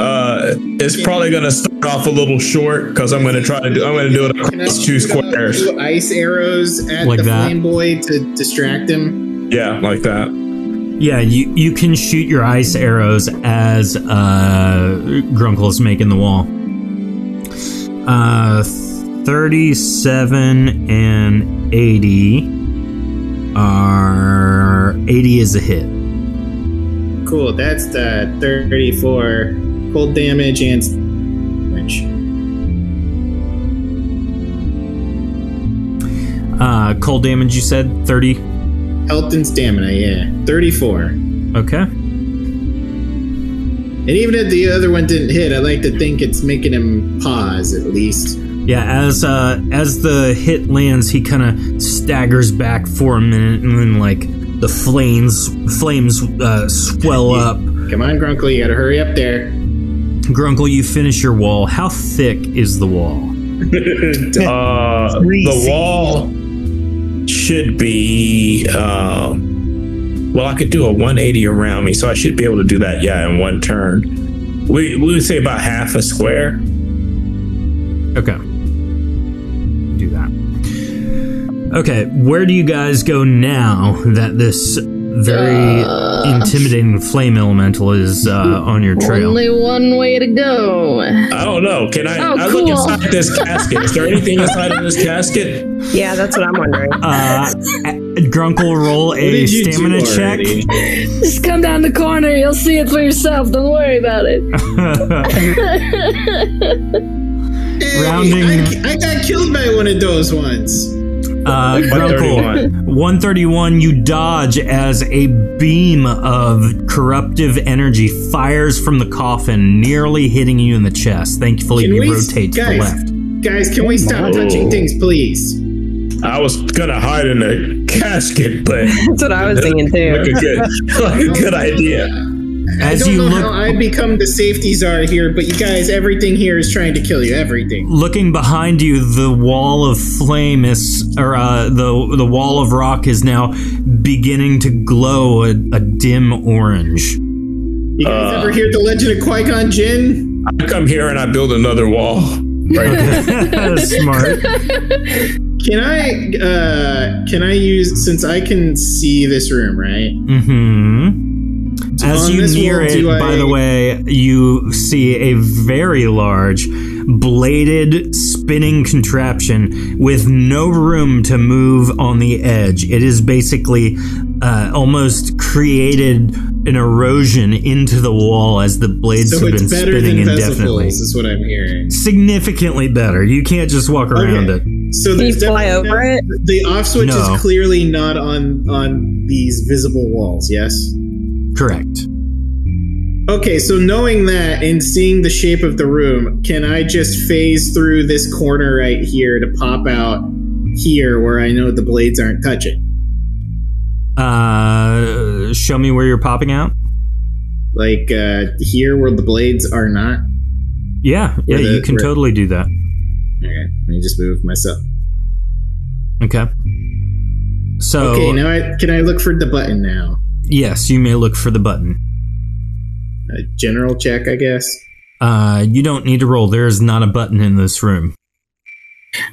S11: Uh, it's probably going to start off a little short because I'm going to try to do. I'm going to do it
S3: Can I
S11: across two
S3: shoot out
S11: squares.
S3: two ice arrows at
S2: Like
S3: the
S2: that?
S3: flame boy to distract him.
S11: Yeah, like that.
S2: Yeah, you you can shoot your ice arrows as uh, Grunkle's making the wall. Uh, thirty-seven and eighty are eighty is a hit.
S3: Cool. That's the 34 cold damage and s- damage.
S2: Uh, cold damage, you said thirty.
S3: Health and stamina, yeah. 34. And
S2: Okay.
S3: even if the other one didn't hit, I like to think it's making him pause at least.
S2: Yeah, as uh, as the hit lands, he kind of staggers back for a minute, and then like the flames flames uh, swell up.
S3: Come on, Grunkle, you gotta hurry up there.
S2: Grunkle, you finish your wall. How thick is the wall?
S11: Uh, the
S10: Greasy.
S11: wall should be. Um, well, I could do a 180 around me, so I should be able to do that. Yeah, in one turn. We we would say about half a square.
S2: Okay. Do that. Okay, where do you guys go now that this very
S9: Uh,
S2: intimidating flame elemental is uh, on your trail?
S9: Only one way to go.
S11: I don't know. Can I?
S9: Oh,
S11: I
S9: cool.
S11: look inside this casket. Is there anything inside of this casket?
S5: Yeah, that's what I'm wondering. [laughs]
S3: [laughs]
S2: Uh, Grunkle, roll
S3: What
S2: a
S3: did you do
S2: stamina check.
S3: already?
S9: Just come down the corner. You'll see it for yourself. Don't worry about it.
S3: Hey,
S2: Rounding-
S3: I, I got killed by one of those ones.
S2: Uh, Grunkle,
S11: 131.
S2: 131, you dodge as a beam of corruptive energy fires from the coffin, nearly hitting you in the chest. Thankfully,
S3: Can
S2: you
S3: we-
S2: rotate to the
S3: guys?
S2: left.
S3: Guys, can we stop
S11: Whoa.
S3: touching things, please?
S11: I was gonna hide in a casket, but
S5: That's what I was thinking
S11: like
S5: too.
S11: a good, [laughs] like a good idea.
S2: As
S3: I don't
S2: you
S3: know
S2: look,
S3: how I become the safety czar here, but you guys, everything here is trying to kill you. Everything.
S2: looking behind you, the wall of flame is, or uh, the the wall of rock is now beginning to glow a, a dim
S3: [laughs]
S2: orange. [laughs]
S3: You guys
S11: Uh.
S3: ever hear the legend of Qui Gon Jinn?
S11: I come here and I build another
S9: [laughs]
S11: wall. Right here.
S2: Smart.
S3: Can I? Uh, can I use since I can see this room, right?
S2: Mm-hmm. As
S3: on
S2: you
S3: this
S2: near
S3: wall,
S2: it,
S3: do
S2: by
S3: I-
S2: the way, you see a very large, bladed, spinning contraption with no room to move on the edge. It is basically uh, almost created an erosion into the wall as the blades
S3: So
S2: have
S3: it's
S2: been
S3: better
S2: spinning
S3: than
S2: indefinitely.
S3: vesicles, is what I'm hearing.
S2: Significantly better. You can't just walk around it.
S3: So
S5: Can you
S3: there's
S5: fly
S3: definitely
S5: over
S3: not-
S5: it?
S3: The off switch
S2: No.
S3: is clearly not on on these visible walls. Yes.
S2: Correct.
S3: Okay, so knowing that and seeing the shape of the room, can I just phase through this corner right here to pop out here where I know the blades aren't touching?
S2: Uh, show me where you're popping out.
S3: Like uh, here where the blades are not?
S2: Yeah, yeah,
S3: Where the-
S2: you can
S3: where-
S2: totally do that.
S3: Okay, let me just move myself.
S2: Okay. So
S3: Okay, now I, can I look for the button now?
S2: yes, you may look for the button.
S3: A general check, I guess.
S2: Uh, you don't need to roll. There is not a button in this room.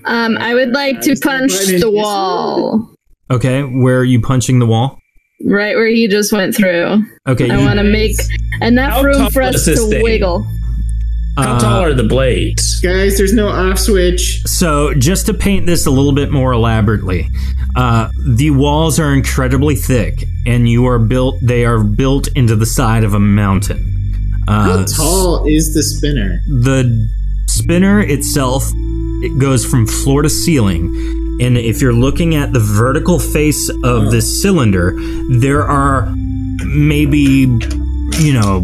S9: Um, I would like to punch the wall
S2: Okay, where are you punching the wall?
S9: right where he just went through.
S2: Okay,
S9: I
S2: you-
S9: want to make
S11: How
S9: enough room
S11: tall
S9: for us
S11: is this
S9: to
S11: thing?
S9: wiggle.
S11: How
S2: uh,
S11: tall are the blades?
S3: Guys, there's no off switch.
S2: So, just to paint this a little bit more elaborately, uh, the walls are incredibly thick, and you are built. They are built into the side of a mountain.
S3: How
S2: Uh,
S3: tall is the spinner?
S2: the spinner itself it goes from floor to ceiling and if you're looking at the vertical face of this cylinder there are maybe you know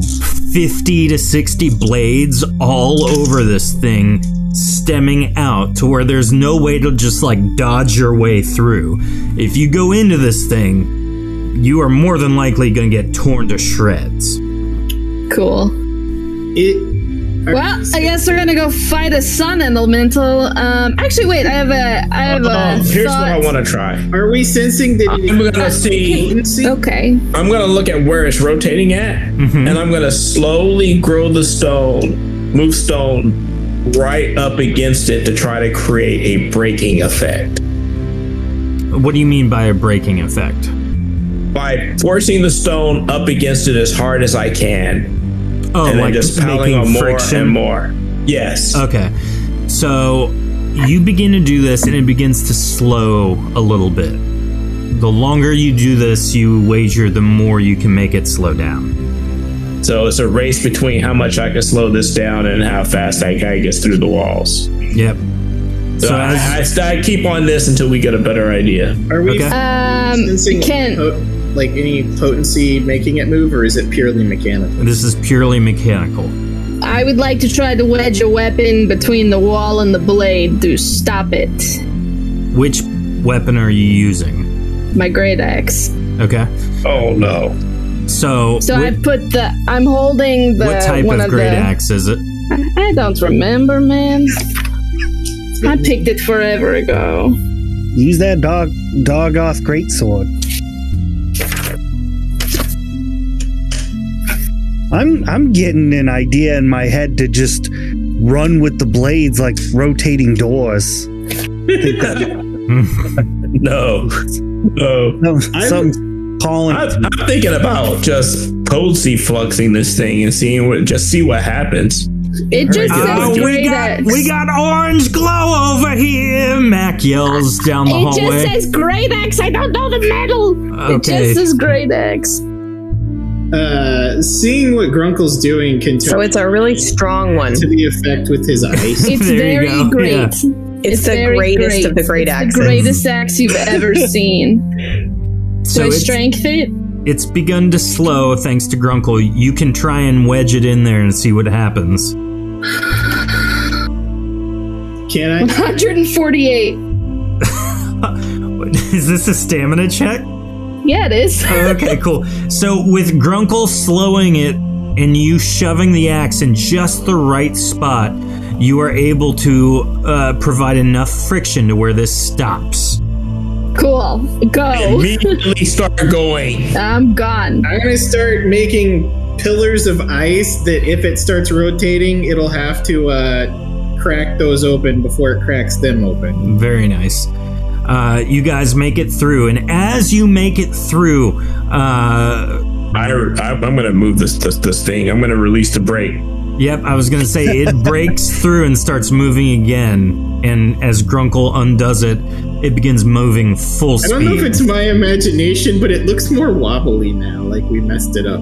S2: 50 to 60 blades all over this thing stemming out to where there's no way to just like dodge your way through. If you go into this thing, you are more than likely going to get torn to shreds.
S9: Cool.
S3: It.
S9: Well, I guess we're gonna go fight a sun elemental. Um, actually, wait. I have a. I have a.
S6: Uh, Here's what I
S9: thought.
S6: want to try.
S3: Are we sensing that?
S6: I'm gonna see.
S9: Okay. um,
S6: I'm gonna look at where it's rotating at,
S2: Mm-hmm.
S6: and I'm gonna slowly grow the stone, move stone right up against it to try to create a breaking effect.
S2: What do you mean by a breaking effect?
S6: By forcing the stone up against it as hard as I can,
S2: Oh,
S6: and then
S2: like
S6: just piling
S2: making
S6: on more
S2: friction? Uh,
S6: and more. Yes.
S2: Okay. So you begin to do this and it begins to slow a little bit. The longer you do this, you wager the more you can make it slow down.
S6: So it's a race between how much I can slow this down and how fast I guy gets through the walls.
S2: Yep.
S6: So,
S2: So
S6: I, I,
S2: as-
S6: I keep on this until we get a better idea.
S3: Are we
S2: Okay.
S9: Um,
S3: sensing
S9: Kent.
S3: po- like any potency making it move, or is it purely mechanical?
S2: This is purely mechanical.
S9: I would like to try to wedge a weapon between the wall and the blade to stop it.
S2: Which weapon are you using?
S9: My great axe.
S2: Okay.
S6: Oh no.
S2: So,
S9: So
S2: wh-
S9: I put the. I'm holding the.
S2: what type
S9: one
S2: of great
S9: the,
S2: axe is it?
S9: I- I don't remember, man. I picked it forever ago.
S10: Use that dog dog off greatsword. I'm I'm getting an idea in my head to just run with the blades like rotating doors.
S6: No. [laughs] No.
S10: No, some calling.
S6: I, I'm thinking about just potency fluxing this thing and seeing what just see what happens.
S9: It just
S6: Oh,
S9: says
S6: we
S9: great axe.
S2: got orange glow over here. Mac yells down the
S9: it
S2: hallway.
S9: just says great axe. I don't know the metal. It
S2: Okay.
S9: just says
S2: [laughs]
S9: great axe.
S3: Uh, seeing what Grunkle's doing can tell
S5: So it's a really strong one.
S3: to the effect with his
S5: [laughs]
S3: eyes.
S9: It's
S2: There you
S9: very
S2: go.
S9: great.
S2: Yeah.
S5: It's, the
S9: very
S5: greatest of the great
S9: It's
S5: axes.
S9: The greatest
S2: [laughs]
S9: axe you've ever seen.
S2: so
S9: So, I
S2: it's,
S9: strength it.
S2: it's begun to slow thanks to Grunkle. You can try and wedge it in there and see what happens.
S3: Can I?
S9: 148.
S2: [laughs] Is this a stamina check?
S9: Yeah, it is.
S2: okay, cool. So with Grunkle slowing it and you shoving the axe in just the right spot, you are able to uh, provide enough friction to where this stops.
S9: Cool.
S2: [laughs]
S9: Go. [laughs]
S6: Immediately start going.
S9: I'm gone.
S3: I'm gonna start making pillars of ice that, if it starts rotating, it'll have to uh, crack those open before it cracks them open.
S2: Very nice. Uh, you guys make it through, and as you make it through, uh,
S6: I, I I'm gonna move this, this this thing. I'm gonna release the brake.
S2: Yep, I was gonna say
S3: [laughs]
S2: it breaks through and starts moving again. And as Grunkle undoes it, it begins moving full
S3: I
S2: speed.
S3: don't know if it's my imagination, but it looks more wobbly now. Like we messed it up.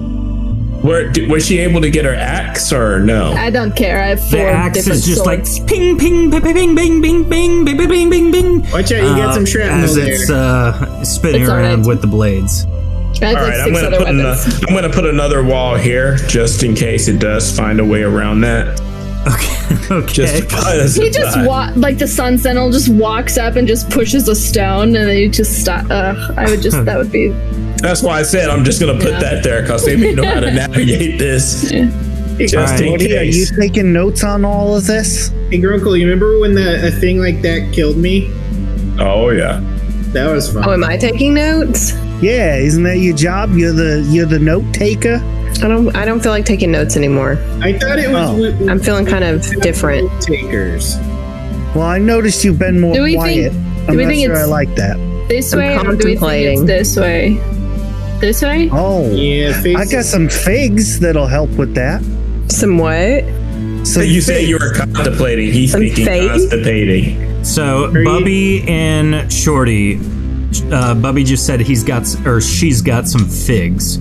S6: Where d- was she able to get her axe or no?
S9: I don't care. I have four
S2: the axe
S9: different
S2: is just
S9: swords.
S2: like ping, ping, ping, ping, ping, ping, ping, ping, ping, bing, bing.
S3: Watch out, you got
S2: Uh,
S3: some shrapnel
S2: as
S3: there.
S2: it's uh, spinning
S9: It's all
S2: around
S9: right.
S2: with the blades. [laughs]
S9: I have
S6: All
S9: like
S6: right, I'm
S9: 6
S6: gonna
S9: other
S6: put another, [laughs]
S9: weapons.
S6: I'm gonna put another wall here just in case it does find a way around that.
S2: Okay, okay.
S6: Just because
S9: He just wa- like the sun sentinel just walks up and just pushes a stone and then you just stop. Ugh, I would just that would be
S6: that's why I said I'm just gonna put that there because they may know how to navigate
S9: [laughs]
S6: this. Just
S2: Alright.
S6: in
S10: Cody, are you
S6: case.
S10: taking notes on all of this?
S3: Hey, Grunkle, you remember when the, a thing like that killed me?
S6: Oh yeah.
S3: That was fun.
S5: Oh, am I taking notes?
S10: Yeah, isn't that your job? You're the you're the note taker.
S5: I don't. I don't feel like taking notes anymore.
S3: I thought it was.
S10: Oh.
S3: w- w-
S5: I'm feeling kind of different.
S3: Takers.
S10: Well, I noticed you've been more
S9: Do we
S10: quiet.
S9: think-
S10: I'm
S9: do we
S10: not
S9: think
S10: sure I
S9: it's-
S10: like that.
S9: this
S5: I'm
S9: way. Or do we think it's
S5: contemplating.
S9: this way? This way?
S10: Oh,
S3: Yeah,
S10: I
S3: face
S10: got some figs that'll help with that.
S5: Some what?
S10: So
S6: you say you were contemplating. He's
S5: I'm
S6: thinking
S5: fake.
S6: constipating.
S2: So
S3: you-
S2: Bubby and Shorty, uh, Bubby just said he's got s- or she's got some figs.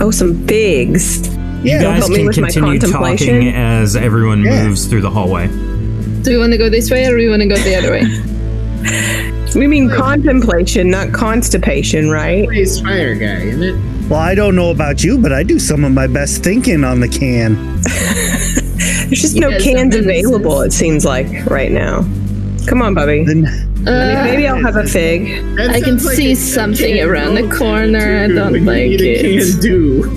S5: Oh, some figs.
S10: yeah,
S2: you guys
S5: help me
S2: can
S5: with my
S2: continue
S5: contemplation?
S2: talking as everyone
S10: Yeah.
S2: moves through the hallway.
S9: Do we want to go this way or do we want to go the other
S5: [laughs]
S9: way?
S5: We mean contemplation, not constipation, right?
S3: face fire guy, isn't it?
S10: Well, I don't know about you, but I do some of my best thinking on the can.
S5: There's just no
S9: Yeah, some
S5: cans available, it seems like, right now. Come on, Bubby. Maybe- maybe I'll have a fig.
S9: Uh, I can see something around the corner. I don't like it. [laughs]
S3: do.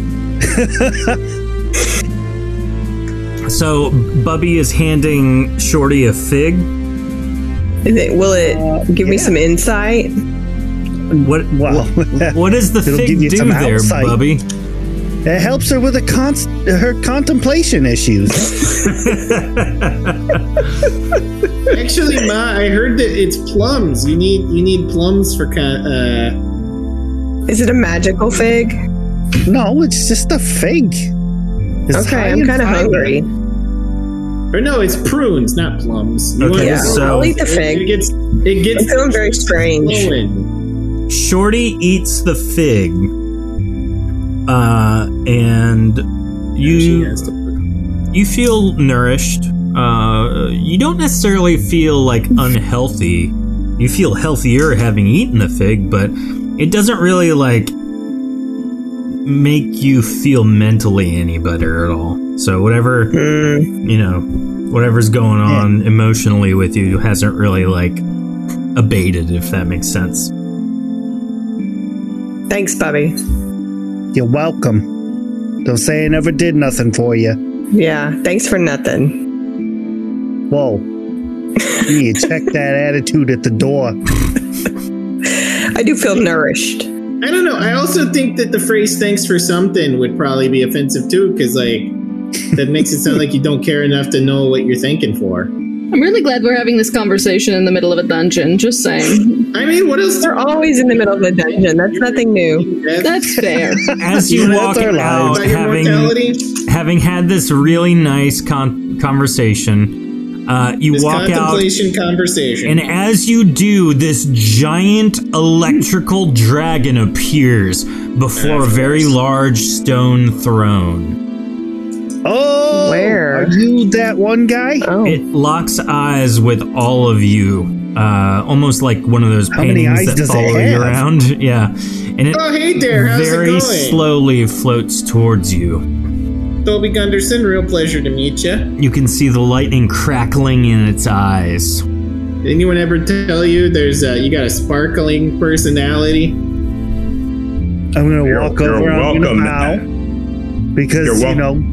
S2: So Bubby is handing Shorty a fig.
S5: Is it, will it give me some insight?
S2: What?
S10: [laughs] Wow. [laughs]
S2: What does the
S10: It'll
S2: fig
S10: give you
S2: do
S10: some
S2: there,
S10: outside.
S2: Bubby?
S10: It helps her with a const- her contemplation issues.
S3: Actually, Ma, I heard that it's plums. You need you need plums for con- uh
S5: Is it a magical fig?
S10: no, it's just a fig. It's high
S5: okay, I'm
S10: in
S5: kind of
S10: fiber.
S5: hungry.
S3: or no, it's prunes, not plums. You
S2: Okay,
S5: Yeah,
S2: so-
S5: I'll eat the
S3: It
S5: fig.
S3: gets it
S5: I'm
S3: gets
S5: feeling very strange.
S3: glowing.
S2: Shorty eats the fig. Uh, and
S3: She
S2: you
S3: has to-
S2: you feel nourished. Uh, you don't necessarily feel like unhealthy. You feel healthier having eaten the fig, but it doesn't really like make you feel mentally any better at all. So whatever
S3: Hmm.
S2: you know, whatever's going on emotionally with you hasn't really like abated, if that makes sense.
S5: Thanks, Bubby.
S10: You're welcome. Don't say I never did nothing for you.
S5: Yeah, thanks for nothing.
S9: [laughs]
S10: Whoa. you check that attitude at the door.
S5: I do feel nourished.
S3: I don't know. I also think that the phrase "thanks for something" would probably be offensive too, because like that makes it sound like you don't care enough to know what you're thanking for.
S9: I'm really glad we're having this conversation in the middle of a dungeon. Just saying.
S3: I mean, what else?
S5: We're always in the middle of a dungeon. That's nothing new.
S9: That's fair.
S2: As
S3: [laughs]
S2: you
S10: That's
S2: walk
S10: our
S2: out,
S10: lives.
S3: about your
S2: having
S3: mortality.
S2: having had this really nice con- conversation, uh, you
S3: This
S2: walk out,
S3: contemplation conversation.
S2: and as you do, this giant electrical dragon appears before a very large stone throne.
S10: Oh,
S5: Where?
S10: are you that one guy?
S5: Oh,
S2: It locks eyes with all of you. Uh, almost like one of those
S10: How many
S2: paintings
S10: eyes
S2: that
S10: does it
S2: follow you
S10: have?
S2: around. [laughs] Yeah. And it
S3: oh, hey there. How's it
S2: very
S3: going?
S2: slowly floats towards you.
S3: Toby Gunderson, real pleasure to meet you.
S2: You can see the lightning crackling in its eyes.
S3: Anyone ever tell you there's a, you got a sparkling personality?
S10: I'm gonna
S6: You're-
S10: walk
S6: you're
S10: over. I'm
S6: welcome.
S10: gonna bow because
S6: You're
S10: you know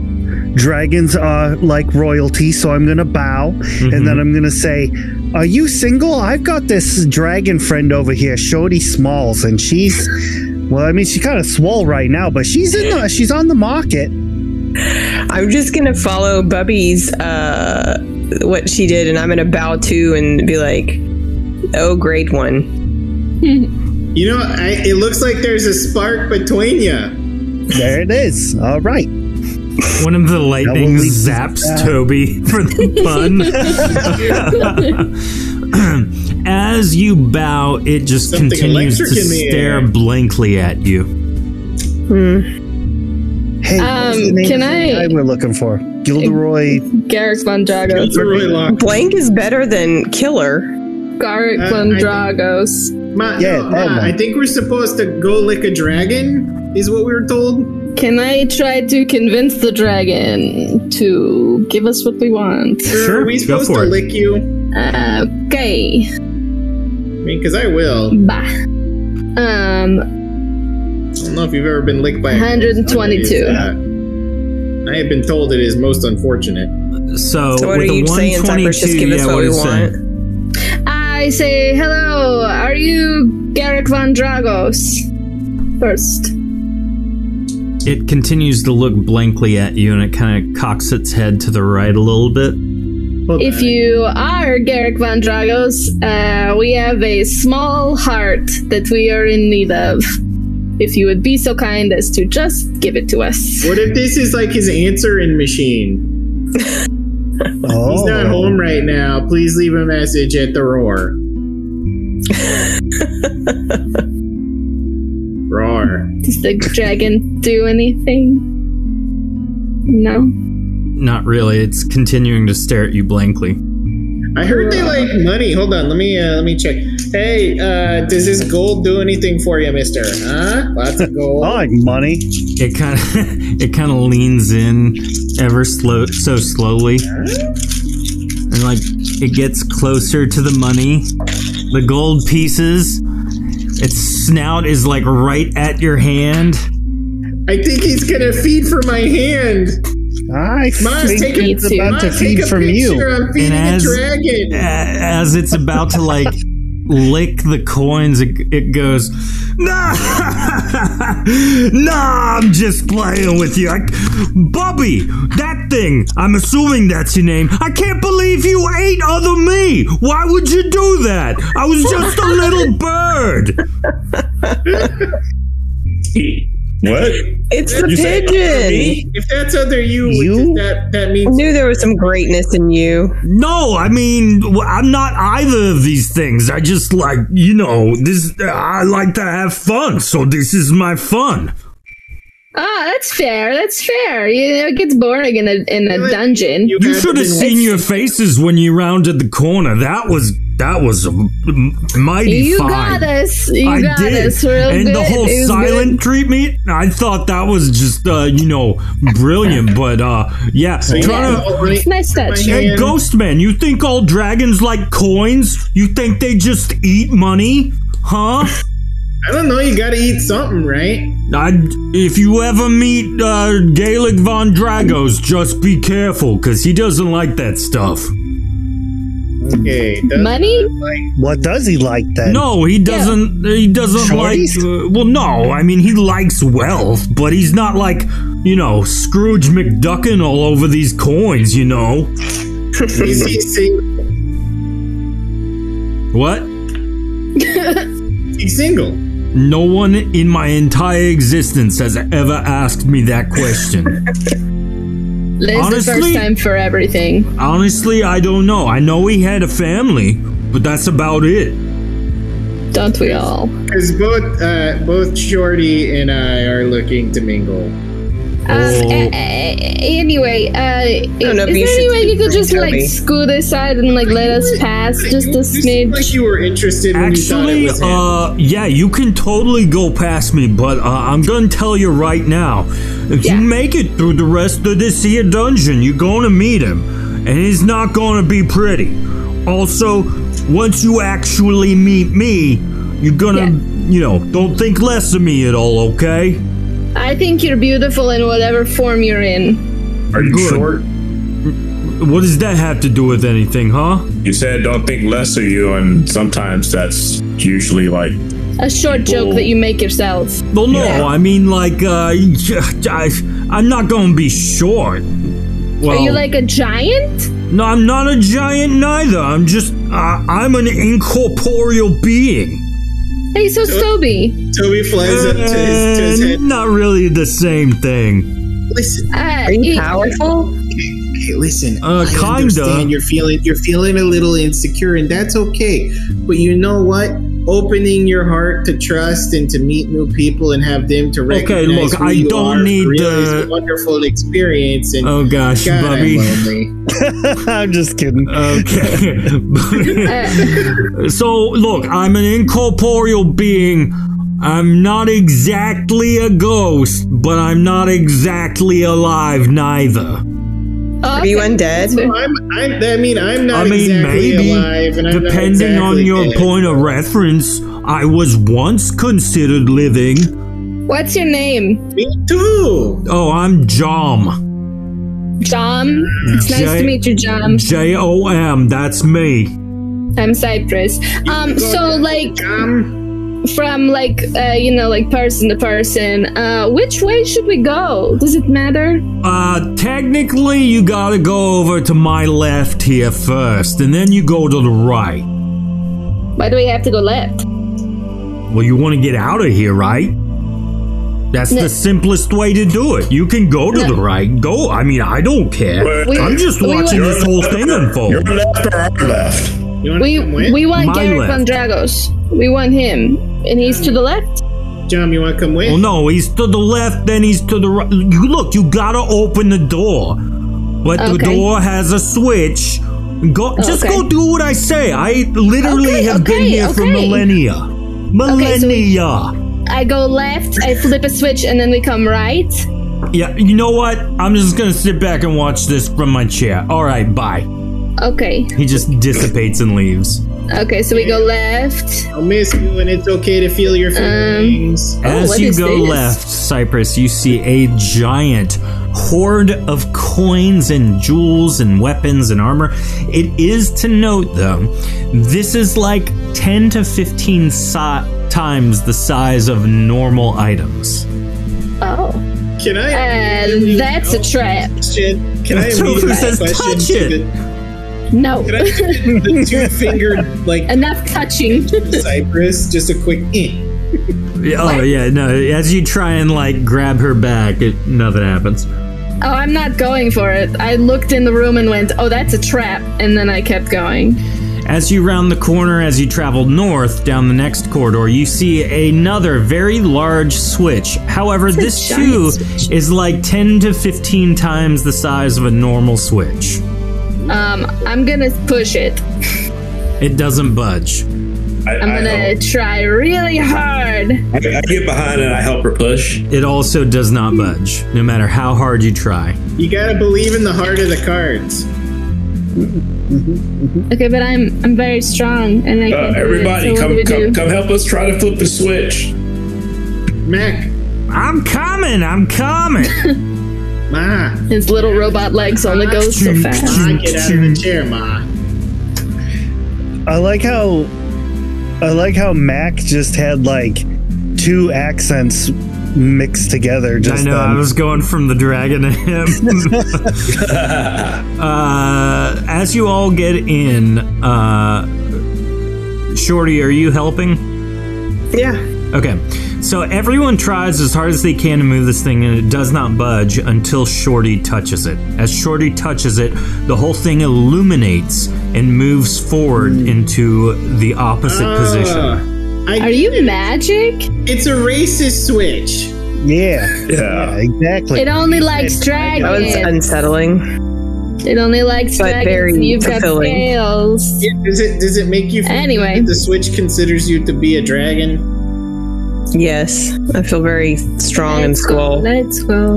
S10: dragons are like royalty, so I'm gonna bow and
S6: Mm-hmm.
S10: then I'm gonna say, "Are you single? I've got this dragon friend over here, Shorty Smalls, and she's." Well, I mean, she's kind of swole right now, but she's in the she's on the market.
S5: I'm just gonna follow Bubby's uh, what she did, and I'm gonna bow to and be like, "Oh, great one."
S3: You know, I, it looks like there's a spark between you.
S10: There it is. All right.
S2: One of the lightning
S10: leave this
S2: zaps Toby for
S5: [laughs]
S2: the fun. [clears throat]
S5: [laughs]
S2: As you bow, it just
S3: Something
S2: continues to
S3: electric in the
S2: stare
S3: air.
S2: blankly at you.
S5: Hmm.
S10: Hey, what's the
S9: Um,
S10: name
S9: can
S10: of the
S9: I-
S10: guy we're looking for Gilderoy.
S9: Garrick Von Dragos.
S3: Gilderoy Lockhart.
S5: Blank is better than killer.
S9: Garrick
S3: Uh,
S9: Von
S3: I think-
S9: Dragos.
S3: Ma,
S10: Yeah,
S3: no,
S10: that
S3: Ma,
S10: one.
S3: I think we're supposed to go lick a dragon, is what we were told.
S9: Can I try to convince the dragon to give us what we want? Uh,
S2: Sure,
S3: Are
S2: go
S3: we supposed
S2: for
S3: to
S2: it.
S3: lick you?
S9: Okay.
S3: I mean, because I will.
S9: Bah. Um,
S3: I don't know if you've ever been licked by a
S9: 122.
S3: I have been told it is most unfortunate.
S2: So,
S5: So what
S2: with
S5: are
S2: a
S5: you saying,
S2: 122,
S5: Tucker? Just give us
S2: yeah,
S5: what
S2: what
S5: we
S2: is that?
S9: I say, hello, are you Garrick Von Dragos? First.
S2: It continues to look blankly at you, and it kind of cocks its head to the right a little bit.
S3: Hold
S9: If
S3: on.
S9: you are Garrick Von Dragos, uh, we have a small heart that we are in need of. If you would be so kind as to just give it to us.
S3: What if this is like his answering machine?
S10: Oh,
S3: He's not home right now. Please leave a message at the roar. roar.
S9: Does the dragon do anything? No.
S2: Not really. It's continuing to stare at you blankly.
S3: I heard they like money. Hold on, let me uh, let me check. Hey, uh, does this gold do anything for you, Mister? Huh? Lots of
S10: I [laughs]
S3: gold.
S10: like money.
S2: It kind of [laughs] it kind of leans in ever slow so slowly, and like it gets closer to the money, the gold pieces. Its snout is like right at your hand.
S3: I think he's gonna feed for my hand.
S10: I
S3: Miles,
S10: think
S3: take a,
S10: it's about
S3: Miles,
S10: to
S3: take
S10: feed
S3: a
S10: from you.
S3: picture. I'm feeding
S2: as-
S3: a dragon.
S2: a- as it's about to like lick the coins it, it goes nah [laughs] nah i'm just playing with you I, bubby that thing i'm assuming that's your name i can't believe you ate other me why would you do that i was just a little bird
S6: What?
S5: It's the
S6: You say other
S5: pigeon.
S6: me?
S3: If that's other you,
S10: You?
S3: that that means
S5: I knew there was some greatness in you.
S2: no i mean w- i'm not either of these things i just like you know this i like to have fun so this is my fun
S9: Ah, that's fair. That's fair. You know, it gets boring in a in a dungeon.
S3: you,
S2: You
S3: had
S2: should have
S3: been
S2: seen your faces when you rounded the corner. That was that was a m- mighty
S9: You
S2: fine.
S9: got us. You
S2: I
S9: got
S2: did,
S9: us. Real
S2: and
S9: good.
S2: the whole
S9: It was
S2: silent
S9: good.
S2: treatment. I thought that was just uh, you know brilliant, but uh, yeah, trying to.
S3: already-
S9: It's nice touch.
S3: hand.
S2: Hey, Ghostman, you think all dragons like coins? You think they just eat money? Huh?
S3: I don't know. You gotta eat something, right?
S2: I, if you ever meet uh, Gaelic Von Dragos, just be careful, because he doesn't like that stuff.
S3: Okay. does-
S9: Money?
S3: Like,
S10: What does he like then?
S2: No, he doesn't. He doesn't
S10: Shorties?
S2: like. Uh, well, no, I mean he likes wealth, but he's not like you know Scrooge McDuckin all over these coins. You know
S3: is he sing-
S2: what?
S3: he's single?
S2: No one in my entire existence has ever asked me that question.
S9: This is the
S2: Honestly?
S9: first time for everything.
S2: Honestly, I don't know. I know he had a family, but that's about it.
S9: Don't we all?
S3: Because both uh, both Shorty and I are looking to mingle.
S9: Um,
S2: Oh.
S9: a- a- anyway, uh, I
S5: don't know if
S9: is
S5: you
S9: there any
S5: should
S9: way
S5: speak
S9: you could
S5: for
S9: just like
S5: Toby.
S9: scoot aside and like let us pass just a
S3: You seemed Like
S9: smidge?
S3: you were interested. When
S2: Actually,
S3: you thought it
S2: uh,
S3: was him.
S2: yeah, you can totally go past me, but uh, I'm gonna tell you right now, if
S9: Yeah.
S2: you make it through the rest of this here dungeon, you're gonna meet him, and he's not gonna be pretty. Also, once you actually meet me, you're gonna, you know, don't think less of me at all, okay?
S9: I think you're beautiful in whatever form you're in.
S6: Are you
S2: Good.
S6: short?
S2: What does that have to do with anything, huh?
S6: You said don't think less of you, and sometimes that's usually like
S9: A short joke that you make yourself.
S2: Well, no, I mean, like, uh, [laughs] I, I'm not gonna be short. Well,
S9: Are you like a giant?
S2: No, I'm not a giant neither. I'm just uh, I'm an incorporeal being.
S9: Hey, so Toby.
S3: Toby flies up to his, to his
S2: Eh,
S3: head.
S2: not really the same thing.
S3: Listen,
S9: Uh,
S5: Are you
S9: it-
S5: powerful?
S3: hey, listen.
S2: Uh,
S3: I
S2: kinda.
S3: understand you're feeling you're feeling a little insecure, and that's okay. But you know what? Opening your heart to trust and to meet new people and have them to recognize
S2: Okay, look,
S3: who
S2: I
S3: you
S2: don't
S3: are
S2: need
S3: really is
S2: the-
S3: a wonderful experience. And
S2: Oh gosh,
S3: God, I'm
S2: Bubby.
S3: lonely.
S10: [laughs] I'm just kidding.
S9: [laughs]
S2: Okay. [laughs]
S9: uh,
S2: so look, I'm an incorporeal being. I'm not exactly a ghost, but I'm not exactly alive neither.
S5: Are you
S9: okay.
S5: undead?
S3: Well, I'm, I'm, I mean, I'm not
S2: I mean,
S3: exactly
S2: maybe,
S3: alive, and I'm not
S2: Depending on
S3: exactly
S2: your
S3: dead.
S2: point of reference, I was once considered living.
S9: What's your name?
S3: Me too.
S2: Oh, I'm Jom.
S9: Jom. It's nice
S2: Gi-
S9: to meet you, Jom.
S2: J O M, that's me.
S9: I'm Cypress. Um, so like from like uh, you know like person to person, uh, which way should we go? Does it matter?
S2: Uh, technically, you gotta go over to my left here first, and then you go to the right.
S9: Why do we have to go left?
S2: Well, you wanna get out of here, right? That's
S9: No.
S2: the simplest way to do it. You can go to the right. Go. I mean, I don't care.
S9: We-
S2: I'm just
S9: we
S2: watching
S9: were-
S2: this whole thing
S6: your
S2: unfold.
S6: left or our left.
S3: You wanna
S9: We
S3: come with?
S9: we want
S2: My
S9: Garrick
S2: left.
S9: Von Dragos. We want him, and he's to the left.
S3: John, you want to come with?
S2: Well, Oh, no, he's to the left, then he's to the right. You look. You gotta open the door, but the
S9: Okay. Oh,
S2: door has a switch. Go. Just
S9: Okay.
S2: go do what I say. I literally
S9: Okay,
S2: have been
S9: okay,
S2: here for
S9: okay.
S2: millennia. Millennia.
S9: I go left, I flip a switch, and then we come right.
S2: Yeah, you know what? I'm just gonna sit back and watch this from my chair. All right, bye.
S9: Okay.
S2: He just dissipates and leaves.
S9: Okay, so we go left.
S3: I'll miss you, and it's okay to feel your
S9: Um,
S3: feelings.
S2: As you go left, Cypress, you see a giant hoard of coins and jewels and weapons and armor. It is to note, though, this is like 10 to 15 si- times the size of normal items.
S9: Oh.
S3: Can I?
S9: Uh, that's a trap.
S3: Can I immediately question to the-
S9: No.
S3: Can I do the two fingered like
S9: enough touching? [laughs]
S3: Cypress, just a quick. Eh.
S2: Yeah, Oh, yeah, no. As you try and, like, grab her back, it, nothing happens.
S9: Oh, I'm not going for it. I looked in the room and went, "Oh, that's a trap," and then I kept going.
S2: As you round the corner, as you travel north down the next corridor, you see another very large switch. However,
S9: It's a
S2: this
S9: giant
S2: too is like 10 to 15 times the size of a normal switch.
S9: Um, I'm gonna push it.
S2: It doesn't budge.
S6: I,
S9: I'm gonna try really hard.
S6: I, I get behind and I help her push.
S2: It also does not budge, no matter how hard you try.
S3: You gotta believe in the heart of the cards.
S9: Okay, but I'm I'm very strong, and I
S6: Uh,
S9: can do it,
S6: everybody,
S9: so what do
S6: come,
S9: we do?
S6: come, come help us try to flip the switch.
S3: Mac,
S2: I'm coming, I'm coming.
S3: Ma,
S9: His little robot legs only go so fast.
S3: Ma, get out of the chair, Ma.
S10: I like how I like how Mac just had like two accents mixed together. Just
S2: I know,
S10: then.
S2: I was going from the dragon to him. uh, as you all get in, uh, Shorty, are you helping?
S5: Yeah.
S2: Okay, so everyone tries as hard as they can to move this thing, and it does not budge until Shorty touches it. As Shorty touches it, the whole thing illuminates and moves forward into the opposite
S5: Ah.
S2: position.
S9: Are you magic?
S3: It's a racist switch.
S10: Yeah.
S6: Yeah.
S10: Exactly.
S9: It only likes
S5: That was
S9: dragons.
S5: unsettling.
S9: It only likes
S5: but
S9: dragons.
S5: very
S9: and You've
S5: fulfilling.
S9: got scales.
S3: Does it does it make you feel
S9: Anyway.
S3: that the switch considers you to be a dragon?
S5: Yes. I feel very strong and skull.
S9: Let's go.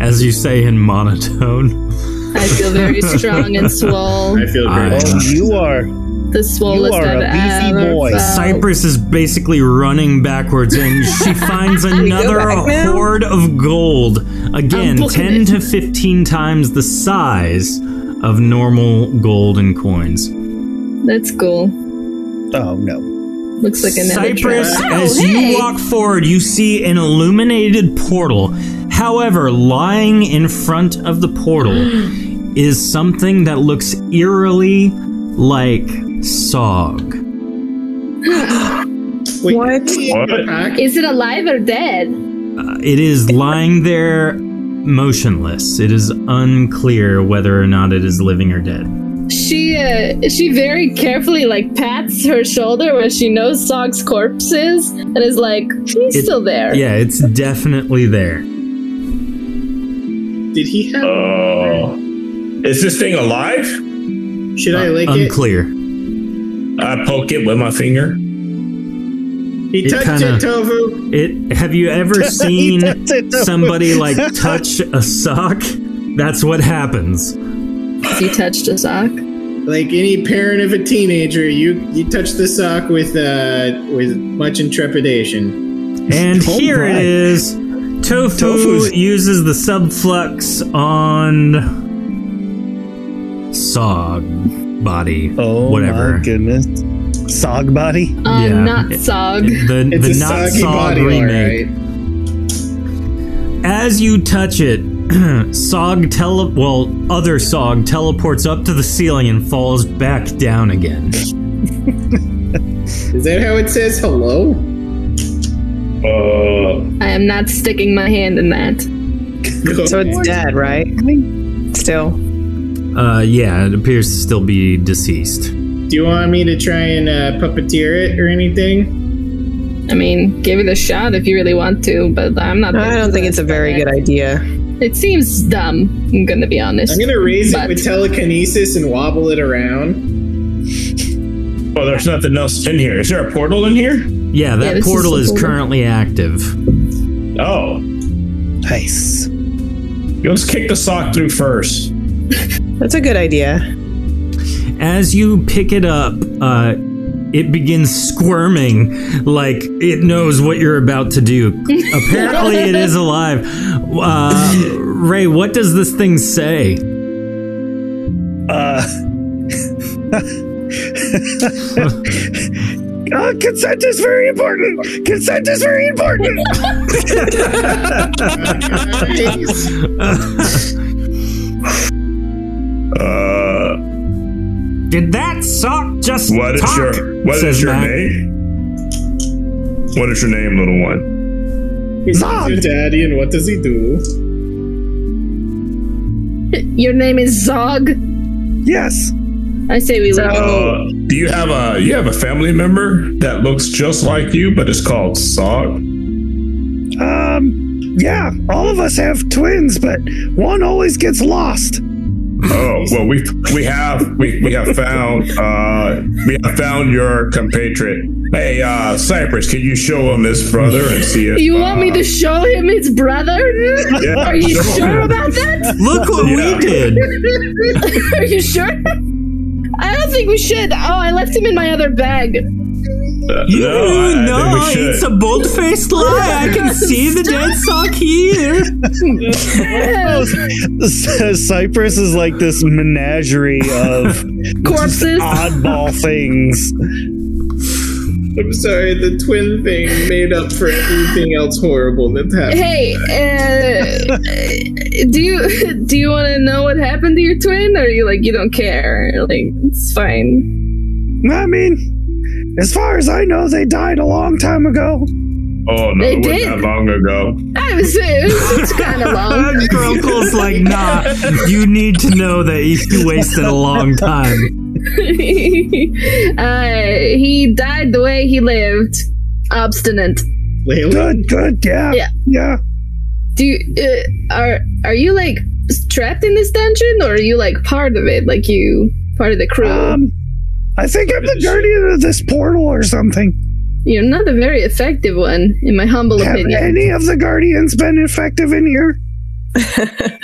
S2: as you say in monotone.
S9: I feel very
S5: [laughs]
S9: strong and swole.
S3: I feel
S2: I-
S3: great.
S10: Oh, you are
S9: The swollest
S10: are a
S9: I've
S10: beefy
S9: ever
S10: boy.
S9: felt.
S2: Cypress is basically running backwards and
S5: [laughs]
S2: she finds another
S5: back now?
S2: hoard of gold. Again,
S9: I'm booking
S2: 10
S9: it.
S2: to 15 times the size of normal gold and coins.
S9: That's cool.
S10: Oh no.
S9: Looks like another
S2: Cypress,
S9: trap.
S2: as
S9: Oh, hey!
S2: you walk forward, you see an illuminated portal. However, lying in front of the
S9: [gasps]
S2: portal is something that looks eerily like Sog.
S3: Wait,
S5: What?
S6: What?
S3: Mac,
S9: Is it alive or dead?
S2: It is lying there motionless. It is unclear whether or not it is living or dead.
S9: She uh, she very carefully like pats her shoulder where she knows Sog's corpse is and is like, he's
S2: It-
S9: still there.
S2: Yeah, it's definitely there.
S3: Did he have?
S6: Oh. Is this thing alive?
S3: Should I lick
S2: Unclear.
S6: I poke it with my finger.
S3: it? He
S2: It
S3: touched
S2: kinda-
S3: it, Tovu.
S2: It have you ever
S10: He
S2: seen
S10: does it though.
S2: somebody like touch a sock? That's what happens.
S9: He touched a sock. Um,
S3: Like any parent of a teenager, you you touch the sock with uh with much intrepidation.
S2: And
S10: Oh
S2: here
S10: my.
S2: it is. Tofu
S10: Tofu's-
S2: uses the subflux on Sog body.
S10: Oh
S2: whatever.
S10: my goodness. Sog body.
S9: Uh,
S2: Yeah.
S9: Not Sog.
S2: The,
S3: It's
S2: the
S3: a
S2: not
S3: soggy
S2: Sog
S3: body,
S2: remake.
S3: all right.
S2: As you touch it, [clears throat] Sog tele well, other Sog teleports up to the ceiling and falls back down again.
S3: Is that how it says hello?
S6: Uh,
S9: I am not sticking my hand in that.
S5: So it's dead, right? Still.
S2: Uh yeah, it appears to still be deceased.
S3: Do you want me to try and uh, puppeteer it or anything?
S9: I mean, give it a shot if you really want to, but I'm not.
S5: I don't think it's a very good idea.
S9: It seems dumb. I'm gonna be honest.
S3: I'm gonna raise
S9: But-
S3: it with telekinesis and
S5: [laughs]
S3: wobble it around.
S6: Oh, well, there's nothing else in here. Is there a portal in here?
S2: Yeah, that
S9: this is
S2: portal
S9: the
S2: is
S9: portal.
S2: currently active.
S11: Oh.
S10: Nice.
S11: Let's kick the sock through first.
S5: That's a good idea.
S2: As you pick it up, uh, it begins squirming like it knows what you're about to do. Apparently, it is alive. Uh, Ray, what does this thing say?
S10: Uh. Oh, consent is very important. Consent is very important.
S6: Uh,
S2: Did that sock just
S6: what is
S2: talk?
S6: your what
S2: Says
S6: is your
S2: Mac.
S6: name? What is your name, little one?
S3: He's your daddy, and what does he do?
S9: Your name is Zog.
S10: Yes.
S9: I say we leave.
S6: Uh, do you have a you have a family member that looks just like you, but it's called Sog?
S10: Um, yeah, all of us have twins, but one always gets lost. [laughs]
S6: Oh well, we we have we, we have found uh, we have found your compatriot. Hey, uh, Cypress, can you show him his brother and see if
S9: you
S6: uh,
S9: want me to show him his brother?
S6: Yeah,
S9: Are you
S6: sure.
S9: sure about that? [laughs]
S2: Look what
S6: Yeah.
S2: we did.
S9: Are you sure? I don't think we should. Oh, I left him in my other bag.
S2: You
S6: uh, No, I
S2: know,
S6: think we
S2: it's a
S6: should.
S2: bold faced lie. I can see the dead sock here.
S10: So Cypress is like this menagerie of
S9: Corpses.
S6: uh,
S10: oddball things.
S3: I'm sorry, the twin thing made up for everything else horrible that
S5: [laughs]
S3: happened.
S9: Hey, uh, do you do you want to know what happened to your twin, or you like you don't care? Like it's fine.
S10: I mean, as far as I know, they died a long time ago.
S6: Oh no,
S9: They
S6: it wasn't
S9: did.
S6: that long ago.
S9: I was it's kind of long. [laughs]
S2: Grunkle's like, nah, you need to know that you wasted a long time.
S9: uh, he died the way he lived, obstinate.
S3: Layla,
S10: Good, good, yeah,
S9: Yeah.
S10: yeah.
S9: Do you, uh, are are you like trapped in this dungeon, or are you like part of it? Like you part of the crew?
S10: Um, I think I'm the guardian of this portal or something.
S9: You're not a very effective one, in my humble
S10: Have
S9: opinion.
S10: any of the guardians been effective in here?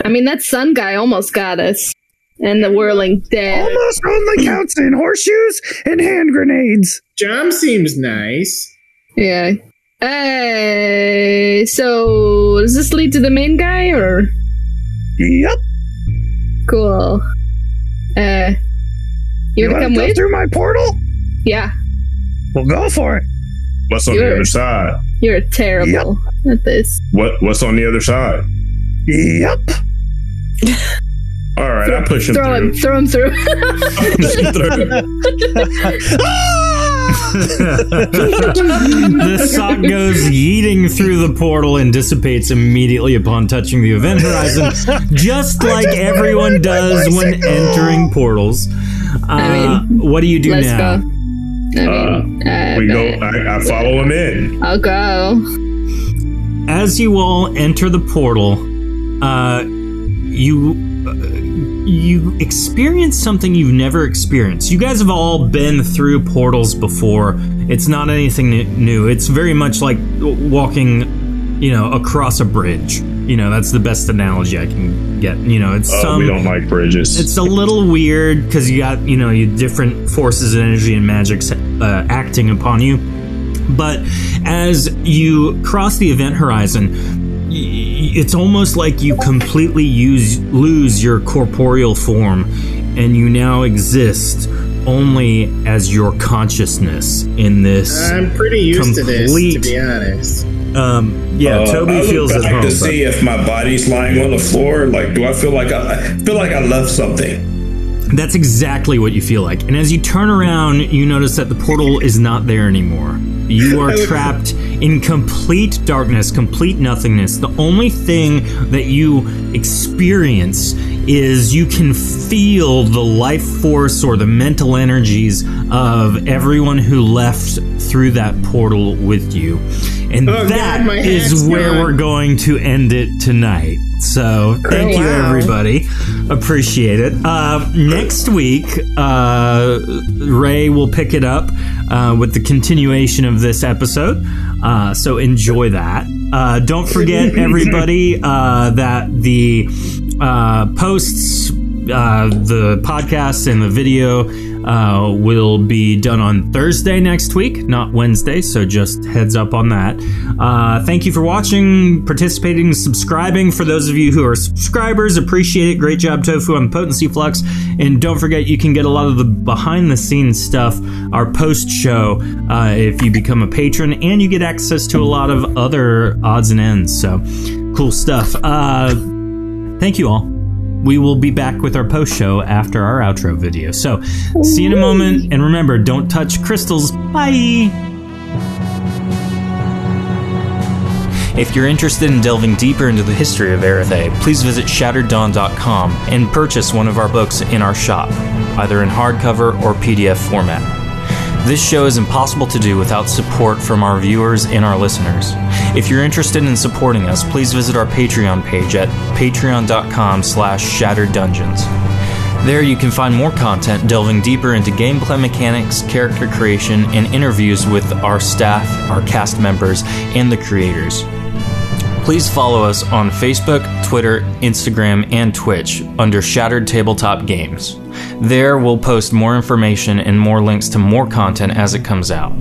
S9: I mean, that sun guy almost got us, and the whirling dead.
S10: Almost only counts in horseshoes and hand grenades.
S3: Jom seems nice.
S9: Yeah. Uh, so does this lead to the main guy or
S10: Yep.
S9: cool? Uh, you,
S10: You
S9: wanna
S10: want
S9: come
S10: to go
S9: with?
S10: through my portal?
S9: Yeah,
S10: Well, go for it.
S6: What's on
S9: Sure.
S6: the other side?
S9: you're terrible at this.
S6: What what's on the other side?
S10: Yep.
S6: All right, I push him
S9: Throw him,
S6: through.
S9: throw him through. [laughs]
S6: Push him through.
S10: Ah!
S2: the sock goes yeeting through the portal and dissipates immediately upon touching the event horizon, just like everyone does when entering portals. Uh,
S9: I
S2: what do you do
S9: Let's
S2: now?
S9: go. I mean, uh,
S6: We go.
S9: but
S6: I, I follow him in. Uh,
S9: I'll go.
S2: as you all enter the portal, uh, you uh, you experience something you've never experienced. You guys have all been through portals before. It's not anything n- new. It's very much like w- walking, you know, across a bridge. You know, that's the best analogy I can get. You know, it's
S6: Oh,
S2: some
S6: we don't like bridges.
S2: it's a little weird because you got you know you different forces of energy and magics uh, acting upon you but as you cross the event horizon y- y- it's almost like you completely use lose your corporeal form and you now exist only as your consciousness in this
S3: I'm pretty used to
S2: Complete.
S3: this, to be honest.
S2: um yeah
S6: Uh, I
S2: toby
S6: look
S2: feels at
S6: back
S2: home
S6: to
S2: but-
S6: see if my body's lying on the floor. Like, do I feel like I, I feel like I left something?
S2: That's exactly what you feel like. And as you turn around, you notice that the portal is not there anymore. You
S3: [laughs]
S2: are trapped in complete darkness, complete nothingness. The only thing that you experience is you can feel the life force or the mental energies of everyone who left through that portal with you. And
S3: Oh, God,
S2: that
S3: my
S2: is
S3: hat's
S2: where
S3: gone.
S2: we're going to end it tonight. So thank
S8: Oh,
S2: you,
S8: wow.
S2: everybody. Appreciate it. Uh, next week, uh, Ray will pick it up uh, with the continuation of this episode. Uh, so enjoy that. Uh, don't forget, everybody, uh, that the uh, posts, uh, the podcasts, and the video uh, will be done on Thursday next week, not Wednesday. So just heads up on that. Uh, thank you for watching, participating, subscribing. For those of you who are subscribers, appreciate it. Great job, Tofu, on Potency Flux. And don't forget, you can get a lot of the behind the scenes stuff, our post show, uh, if you become a patron, and you get access to a lot of other odds and ends. So cool stuff. Uh, Thank you all. We will be back with our post show after our outro video. So, see you in a moment. And remember, don't touch crystals. Bye. If you're interested in delving deeper into the history of Erethe, please visit shattereddawn.com and purchase one of our books in our shop, either in hardcover or PDF format. This show is impossible to do without support from our viewers and our listeners. If you're interested in supporting us, please visit our Patreon page at patreon.com slash shattered dungeons. There you can find more content delving deeper into gameplay mechanics, character creation, and interviews with our staff, our cast members, and the creators. Please follow us on Facebook, Twitter, Instagram, and Twitch under Shattered Tabletop Games. There we'll post more information and more links to more content as it comes out.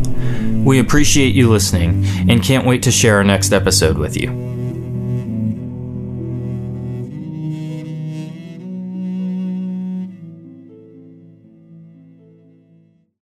S2: We appreciate you listening and can't wait to share our next episode with you.